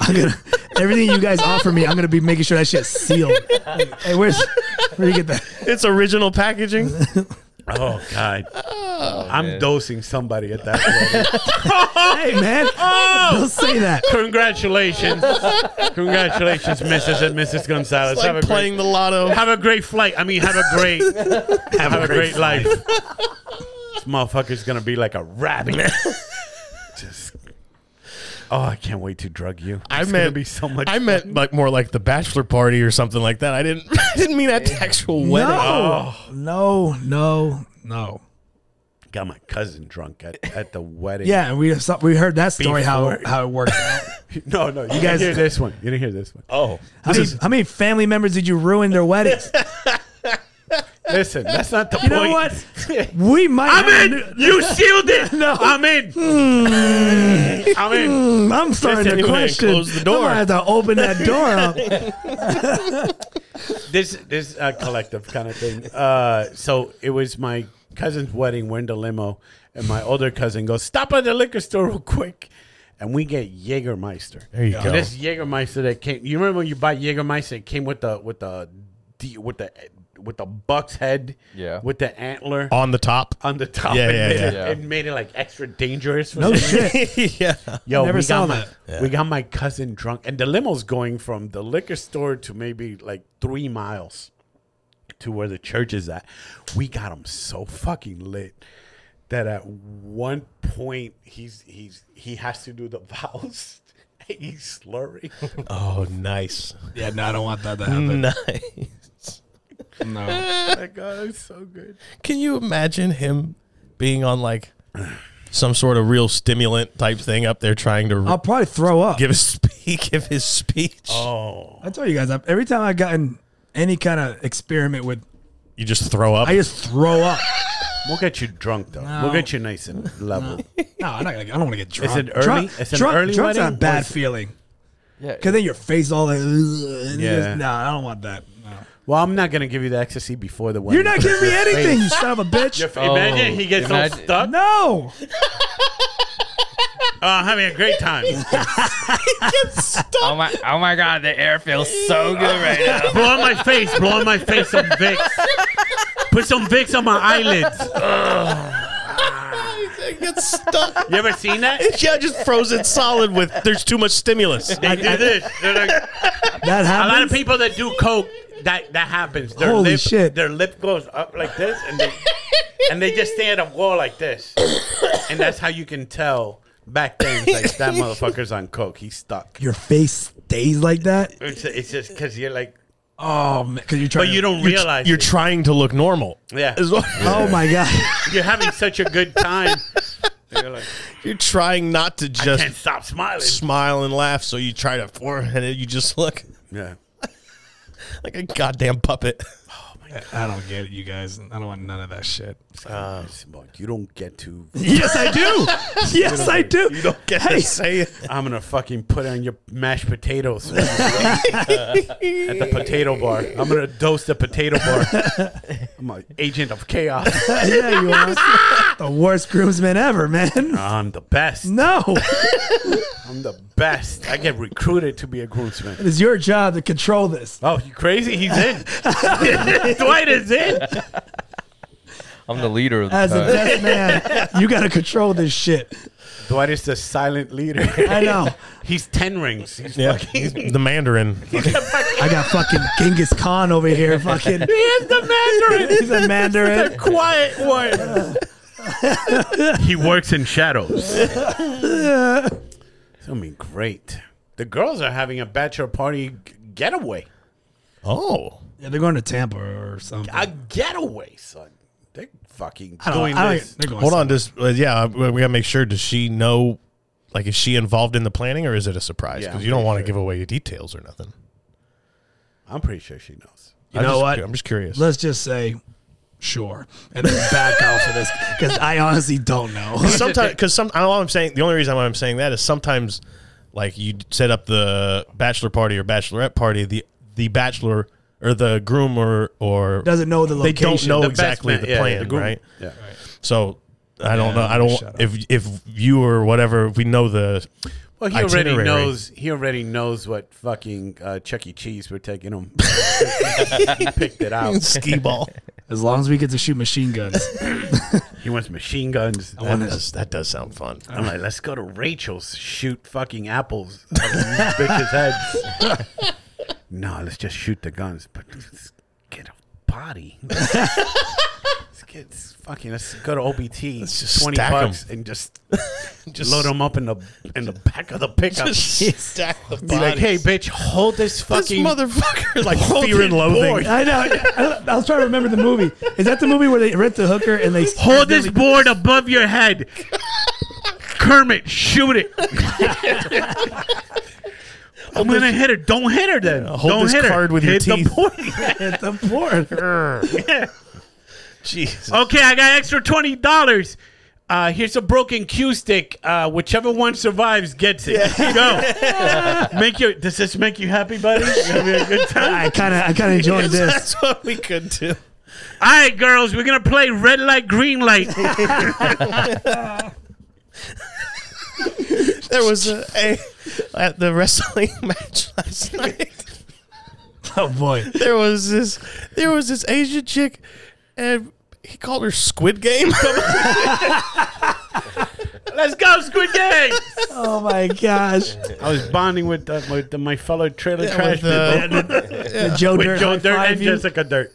I'm gonna everything you guys offer me, I'm gonna be making sure that shit's sealed. Hey, where's where you get that? It's original packaging. Oh God, I'm man. dosing somebody at that. Point. Hey man, Oh. don't say that. Congratulations, congratulations, Mrs. and Mrs. Gonzalez. have a like playing great, the lotto. have a great flight. I mean, have a great, have, a great, life. this motherfucker's gonna be like a rabbit. Just. Oh, I can't wait to drug you. I It's gonna meant- be so much. I meant like more like the bachelor party or something like that. I didn't. I didn't mean at the actual wedding. No. No, no, no. got my cousin drunk at, at the wedding. Yeah, and we saw, we heard that story how Before- how it worked out. No, no, you, guys guys- didn't hear this one. You didn't hear this one. Oh, How many, how many family members did you ruin their weddings? Listen, that's not the You point. know what? We might. I'm have in. You sealed it. No. I'm in. I'm in. a new- Mm, I'm starting Listen, to go ahead and question. close the door. I'm gonna have to open that door up. This this uh, collective kind of thing. Uh, so it was my cousin's wedding. We're in the limo, and my older cousin goes, "Stop at the liquor store real quick," and we get Jägermeister. There you And go. This Jägermeister that came. You remember when you buy Jägermeister? It came with the with the the- with the with the buck's head. Yeah. With the antler. on the top. on the top. Oh. Yeah, it, yeah, made yeah. It, Yeah. it made it like extra dangerous. For No some shit. yeah. Yo, Never we saw got my, that. We got my cousin drunk, and the limo's going from the liquor store to maybe like three miles to where the church is at. We got him so fucking lit that at one point he's he's he has to do the vows. he's slurring. Oh, nice. Yeah, no, I don't want that to happen. Nice. No. oh my god, it's so good. Can you imagine him being on like some sort of real stimulant type thing up there trying to I'll probably throw up. give a speak, give his speech? Oh, I told you guys, I- every time I've gotten any kind of experiment with, You just throw up. I just throw up. we'll get you drunk though. No. We'll get you nice and level. No, I'm not gonna, I don't want to get drunk. Is it early? Drunk, It's an drunk, early drunk's wedding? not a bad Or- feeling. Yeah, Because then your face all like, "Ugh," and yeah. Yeah. no, I don't want that. No. Well, I'm not gonna give you the ecstasy before the wedding. You're not giving me anything, you son of a bitch. Your fa- imagine Oh, he gets all imagine- stuck. No. Oh, I'm having a great time. Oh my! Oh my God! The air feels so good right now. blow on my face. Blow on my face some Vicks. Put some Vicks on my eyelids. shit's stuck. You ever seen that? Yeah, just frozen solid with there's too much stimulus. They do this. They're like, That a lot of happens. people that do coke, that that happens. Their Holy lip, shit. Their lip goes up like this, and they and they just stay at a wall like this, and that's how you can tell. Back then, it's like that motherfucker's on coke. He's stuck. Your face stays like that. It's, it's just because you're like, Oh man, because you're trying. but you to- don't You're- realize you're it. trying to look normal. Yeah. As well- Oh my god. you're having such a good time. You're like, You're trying not to I can't just stop smiling. smile and laugh, so you try to forehead it. You just look Yeah. like a goddamn puppet. I don't get it, you guys. I don't want none of that shit. Yes, but you don't get to. Yes, I do. yes, I do. You don't get Hey. to say it. I'm gonna fucking put on your mashed potatoes at the potato bar. I'm gonna dose the potato bar. I'm an agent of chaos. yeah, you are the worst groomsman ever, man. I'm the best. No, I'm the best. I get recruited to be a groomsman. it's your job to control this. Oh, you crazy? He's in. Dwight is in. I'm the leader of the As the best pack. man, you got to control this shit. Dwight is the silent leader. I know. He's ten rings. He's fucking. the Mandarin. I got fucking Genghis Khan over here. Fucking, He is the Mandarin. he's a Mandarin. quiet one. he works in shadows. I mean, great. The girls are having a bachelor party g- getaway. Oh. Yeah, they're going to Tampa or something. A getaway, son. They're fucking I don't, doing I don't, this. they're going Hold on. somewhere. Does, uh, yeah, we we gotta make sure. Does she know? Like, is she involved in the planning, or is it a surprise? Yeah, Because I'm you don't pretty want to sure. give away details or nothing. I'm pretty sure she knows. You I know just- what? I'm just curious. Let's just say, sure, and then back out for this because I honestly don't know. sometimes because some I know what I'm saying the only reason why I'm saying that is sometimes like you set up the bachelor party or bachelorette party the the bachelor or the groom or or Doesn't know the they location. don't The know best Oh, exactly man- the yeah, yeah, plan the groom. right Yeah. so I don't Yeah, know I don't shut up. if if you or whatever if we know the Well, he Itinerary. already knows. He already knows what fucking uh, Chuck E. Cheese we're taking him. he picked it out. skee ball As long as we get to shoot machine guns. He wants machine guns. that does that does sound fun I'm like, let's go to Rachel's, shoot fucking apples out of these bitches' heads. no, let's just shoot the guns, but let's get a body. let's get s- fucking. Let's go to OBT, Let's just twenty stack 'em. bucks, and just, just load them up in the in the back of the pickup. stack the Be like, hey, bitch, hold this this fucking. motherfucker like Hold fear it, and loathing boy. I know. I, I was trying to remember the movie. Is that the movie where they rent the hooker and they Hold this board above your head. Kermit, shoot it. I'm gonna hit her. Don't hit her then. hold Don't this hit her. card with your Hit the teeth. board. at the board? Jesus okay, I got extra twenty dollars. Uh, here's a broken cue stick. Uh, whichever one survives gets it. Go. make you. Does this make you happy, buddy? You having a good time? I kind of, I kind of enjoyed this. that's what we could do All right, girls, we're gonna play red light, green light. There was a, a at the wrestling match last night. Oh boy, There was this there was this Asian chick and he called her Squid Game. Let's go, Squid Game. oh my gosh, I was bonding with, uh, with my fellow trailer Yeah, trash with, uh, people. the Joe with Dirt, Joe high Dirt five and you. Jessica Dirt.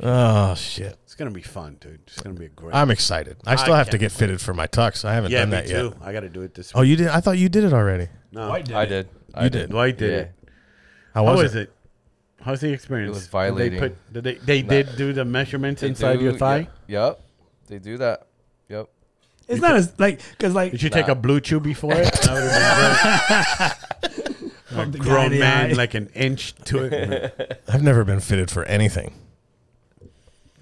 oh shit. It's gonna be fun, dude. It's gonna be a great. I'm excited. I still I have to can't get fitted for my tux. I haven't yeah, done me that too. yet. I gotta do it this Oh, you did? I thought you did it already. no, I did. I did. I You did. did. Dwight did it. How How was, was it? it? How's the experience? It was violating. Did they, put, did, they, they did do the measurements They inside do- your thigh? Yep, Yep. They do that. Yep. It's not as like because like Did you take a blue chew before it? That would have been great. a the guy grown in the man, eye. like an inch to it. I've never been fitted for anything.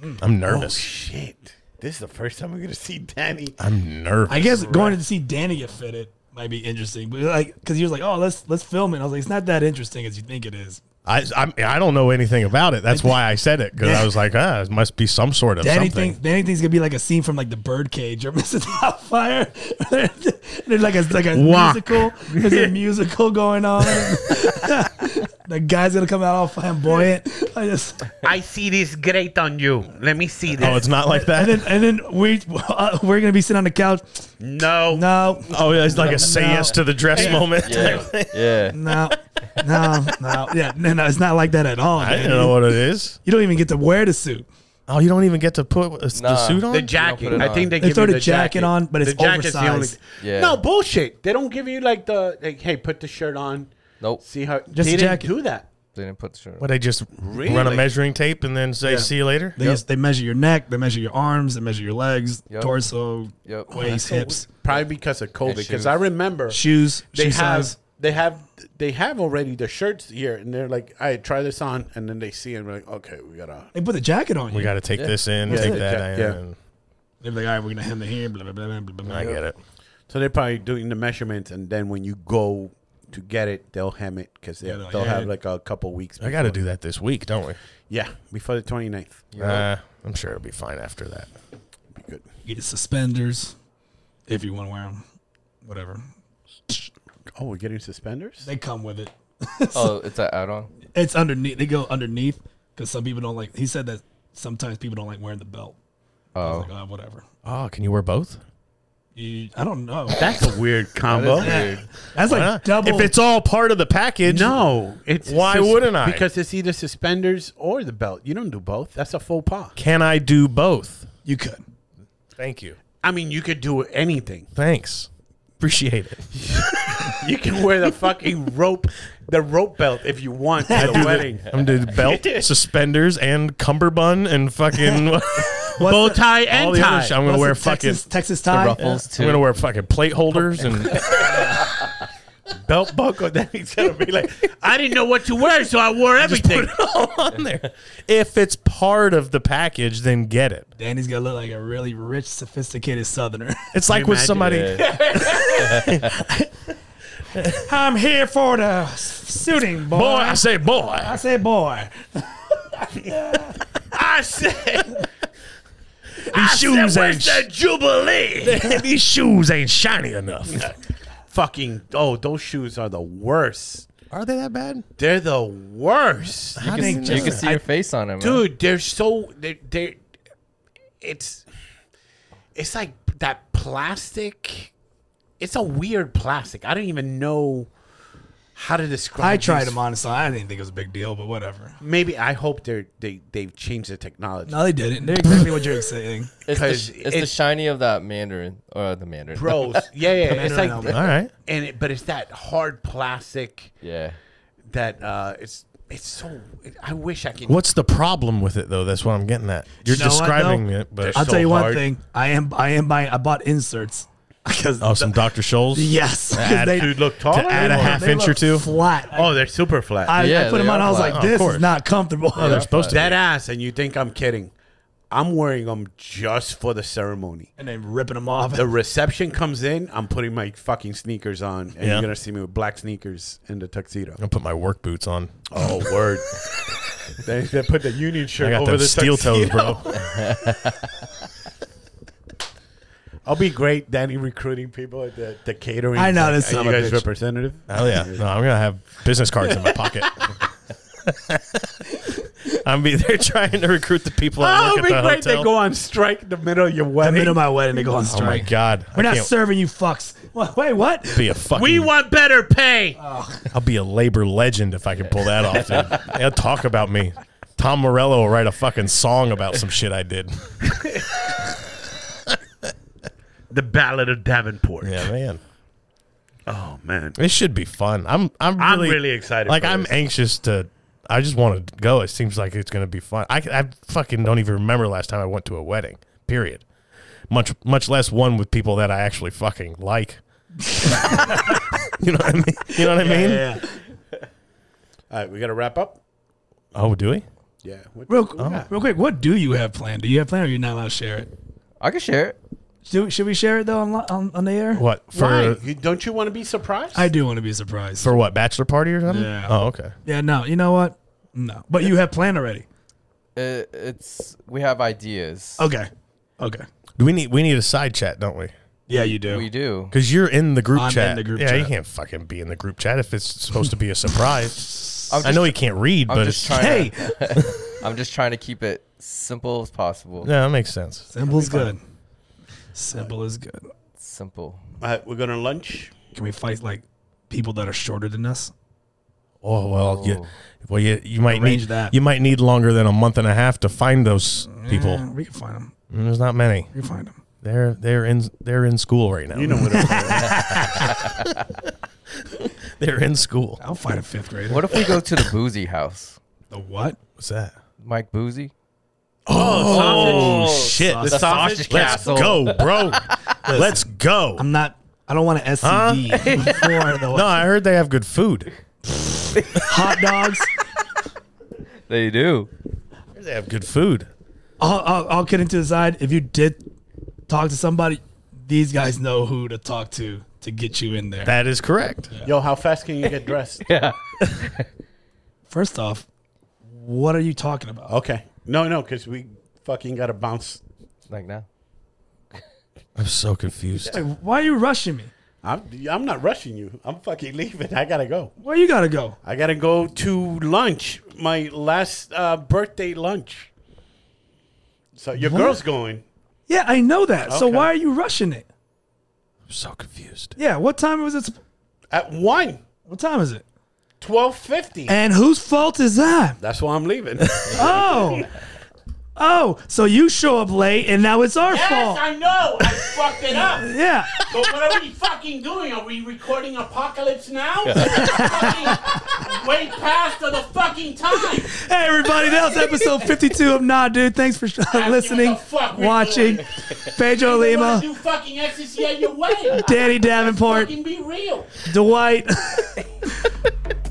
I'm oh nervous. shit! This is the first time we're gonna see Danny. I'm nervous. I guess going to see Danny get fitted might be interesting, but like because he was like, oh, let's let's film it. I was like, it's not that interesting as you think it is. I, I'm, I don't know anything about it. That's why I said it because I was like, ah, it must be some sort of Danny something. thinks Danny thinks it's gonna be like a scene from like the Birdcage or Mrs. Doubtfire. There's like a like a Walk. musical. There's a musical going on. The guy's gonna come out all flamboyant. I just I see this great on you. Let me see Oh, it's not like and that. then and then we uh, we're gonna be sitting on the couch. no. No, Oh, yeah, it's like a say No. yes to the dress moment. Yeah. yeah. no, no, no. Yeah, no, no. It's not like that at all. I man. don't know what it is. You don't even get to wear the suit. Oh, you don't even get to put uh, the Nah. suit on. The You jacket. don't put it I think on. they, They give throw you the the, jacket on, but it's the jacket's the only. oversized. Yeah. No bullshit. They don't give you like the like. Hey, put the shirt on. Nope. See how Just they a didn't jacket. do that. They didn't put the shirt. on. What they just Really? run a measuring tape and then say see you later. They just, they measure your neck, they measure your arms, they measure your legs, Yep. torso, Yep. waist, hips, Probably because of COVID. Because shoes. I remember shoes. they shoe have size. they have they have already the shirts here, and they're like, "I try this on," and then they see and we're like, "Okay, we gotta." They put the jacket on We you. got to take this in, That's take it. that Yeah. in. They're like, all right, we're gonna hem the hair. Blah blah blah blah blah. blah. I get it. So they're probably doing the measurements, and then when you go to get it, they'll hem it because they, they're like, they'll "Yeah." have like a couple weeks. I got to do that this week, don't we? Yeah, before the 29th. Uh, I'm sure it'll be fine after that. Be good. You get suspenders if you want to wear them. Whatever. Oh, we're getting suspenders. They come with it. Oh, it's an add-on. It's underneath. They go underneath because some people don't like. He said that sometimes people don't like wearing the belt. I was Oh, like, oh, whatever. Oh, can you wear both? You, I don't know. That's a weird combo. That is weird. That's like Huh? double. If it's all part of the package, No, it's Why wouldn't I? Because it's either suspenders or the belt. You don't do both. That's a faux pas. Can I do both? you could. Thank you. I mean, you could do anything. Thanks. Appreciate it. You can wear the fucking rope, the rope belt if you want at the wedding. I'm doing belt, suspenders, and cummerbund, and fucking Bow tie and all the other tie. shit. I'm gonna What's wear the Texas, fucking. Texas uh, tie. Ruffles I'm too. gonna wear fucking plate holders and belt buckle. Then he's gonna be like, I didn't know what to wear, so I wore everything. all on there. If it's part of the package, then get it. Danny's gonna look like a really rich, sophisticated Southerner. It's like with imagine? somebody. I'm here for the shooting, boy. Boy, I say boy. I say, boy. I said, These shoes ain't. the jubilee? sh- These shoes ain't shiny enough. Fucking oh, those shoes are the worst. Are they that bad? They're the worst. How You do can, know you can that? see your face on him, dude they're so they're, they're it's it's like that plastic it's a weird plastic i don't even know how to describe I tried these. them on, so I didn't think it was a big deal, but whatever. maybe i hope they're they they've changed the technology No, they didn't. They're exactly what you're saying. It's, the, 'Cause sh- it's the it's- shiny of that Mandarin or the Mandarin. bros yeah yeah it's no, like no, All right. and it, but it's that hard plastic Yeah. that uh it's it's so it, i wish i could What's the problem with it though? That's what I'm getting at. You're You know what, describing though? it, but I'll So tell you one hard. thing. I am. I am buying. I bought inserts because. oh, some Dr. Scholl's. Yes, 'cause add- they to look To taller add a or- half they inch or look two. flat. I, oh they're super flat I, Yeah, I put them they on. are I was flat. like, Oh, of this course. is not comfortable. They're supposed to. that ass and you think i'm kidding i'm wearing them just for the ceremony and then ripping them off. the reception comes in, I'm putting my fucking sneakers on, and Yeah. you're gonna see me with black sneakers and the tuxedo. I'll put my work boots on. Oh word! they, they put the union I shirt got over those the steel toes, bro. I'll be great, Danny, recruiting people at the, the catering. I know, Like, that's Are son you of a guys bitch." representative? Oh yeah. No, I'm gonna have business cards in my pocket. I'm be there trying to recruit the people. I Oh, work it'll at be the great. They hotel. go on strike the middle of your the wedding. middle of my wedding, they go on Oh my strike. god. We're I not can't serving you fucks. Wha- Wait, what? be a fucking. we want better pay. I'll be a labor legend if I can pull that off. Dude. They'll talk about me. Tom Morello will write a fucking song about some shit I did. the Ballad of Davenport. Yeah, man. Oh man. It should be fun. I'm I'm I'm really, really excited Like for I'm this. anxious to. I just want to go. It seems like it's going to be fun. I, I fucking don't even remember last time I went to a wedding. Period. Much much less one with people that I actually fucking like. you know what I mean? You know what I mean? Yeah. All right, we gotta wrap up. Oh, do we? Yeah. What- Real, uh, real quick, what do you have planned? Do you have planned, or you're not allowed to share it? I can share it. Do, should we share it though on, li- on, on the air? What for? Why? You- Don't you want to be surprised? I do want to be surprised. For what bachelor party or something? Yeah. Oh, okay. yeah, no, you know what? No, but you have planned already. it. Uh, It's we have ideas. Okay, okay. Do we need we need a side chat, don't we? Yeah, you do. We do. Because you're in the group I'm in chat. the group yeah, you chat. can't fucking be in the group chat if it's supposed to be a surprise. I'm I just, know he can't read, I'm but just it's, Hey, trying. To, I'm just trying to keep it simple as possible. yeah, that makes sense. simple's good. Simple is good. Simple. All right, Uh, we're going to lunch. Can we fight like people that are shorter than us? Oh well, you, well you, you might Arrange need that. you might need longer than a month and a half to find those people. Eh, we can find them. And There's not many. We can find them. They're they're in they're in school right now. You know what I'm they're in school. I'll fight a fifth grader. What if we go to the Boozy house, The what? What's that? Mike Boozy? Oh, shit! sausage. This- The sausage let's castle. go, bro. let's go. I'm not. I don't want to SCD before the no, I heard they have good food. hot dogs. They do. They have good food. I'll, I'll, I'll get into the side. If you did talk to somebody, these guys know who to talk to to get you in there. That is correct. Yo, how fast can you get dressed? Yeah. First off, what are you talking Oh. about? Okay. No, no, because we fucking got to bounce. Like now. I'm so confused. Hey, why are you rushing me? I'm, I'm not rushing you. I'm fucking leaving. I got to go. Where you gotta go? I got to go to lunch, my last uh, birthday lunch. So your girl's going. Yeah, I know that. So Okay. why are you rushing it? I'm so confused. Yeah, what time was it? At 1, What time is it? 12.50. And whose fault is that? That's why I'm leaving. Oh, oh, so you show up late, and now it's our fault. know. I fucked it up. yeah, But what are we fucking doing? Are we recording Apocalypse Now? way past the fucking time. Hey everybody, that was episode 52 of Nah Dude. Thanks for listening, what the fuck we're watching. doing. Pedro Lima, do fucking E ecstasy at your way. Danny Davenport, be real. Dwight.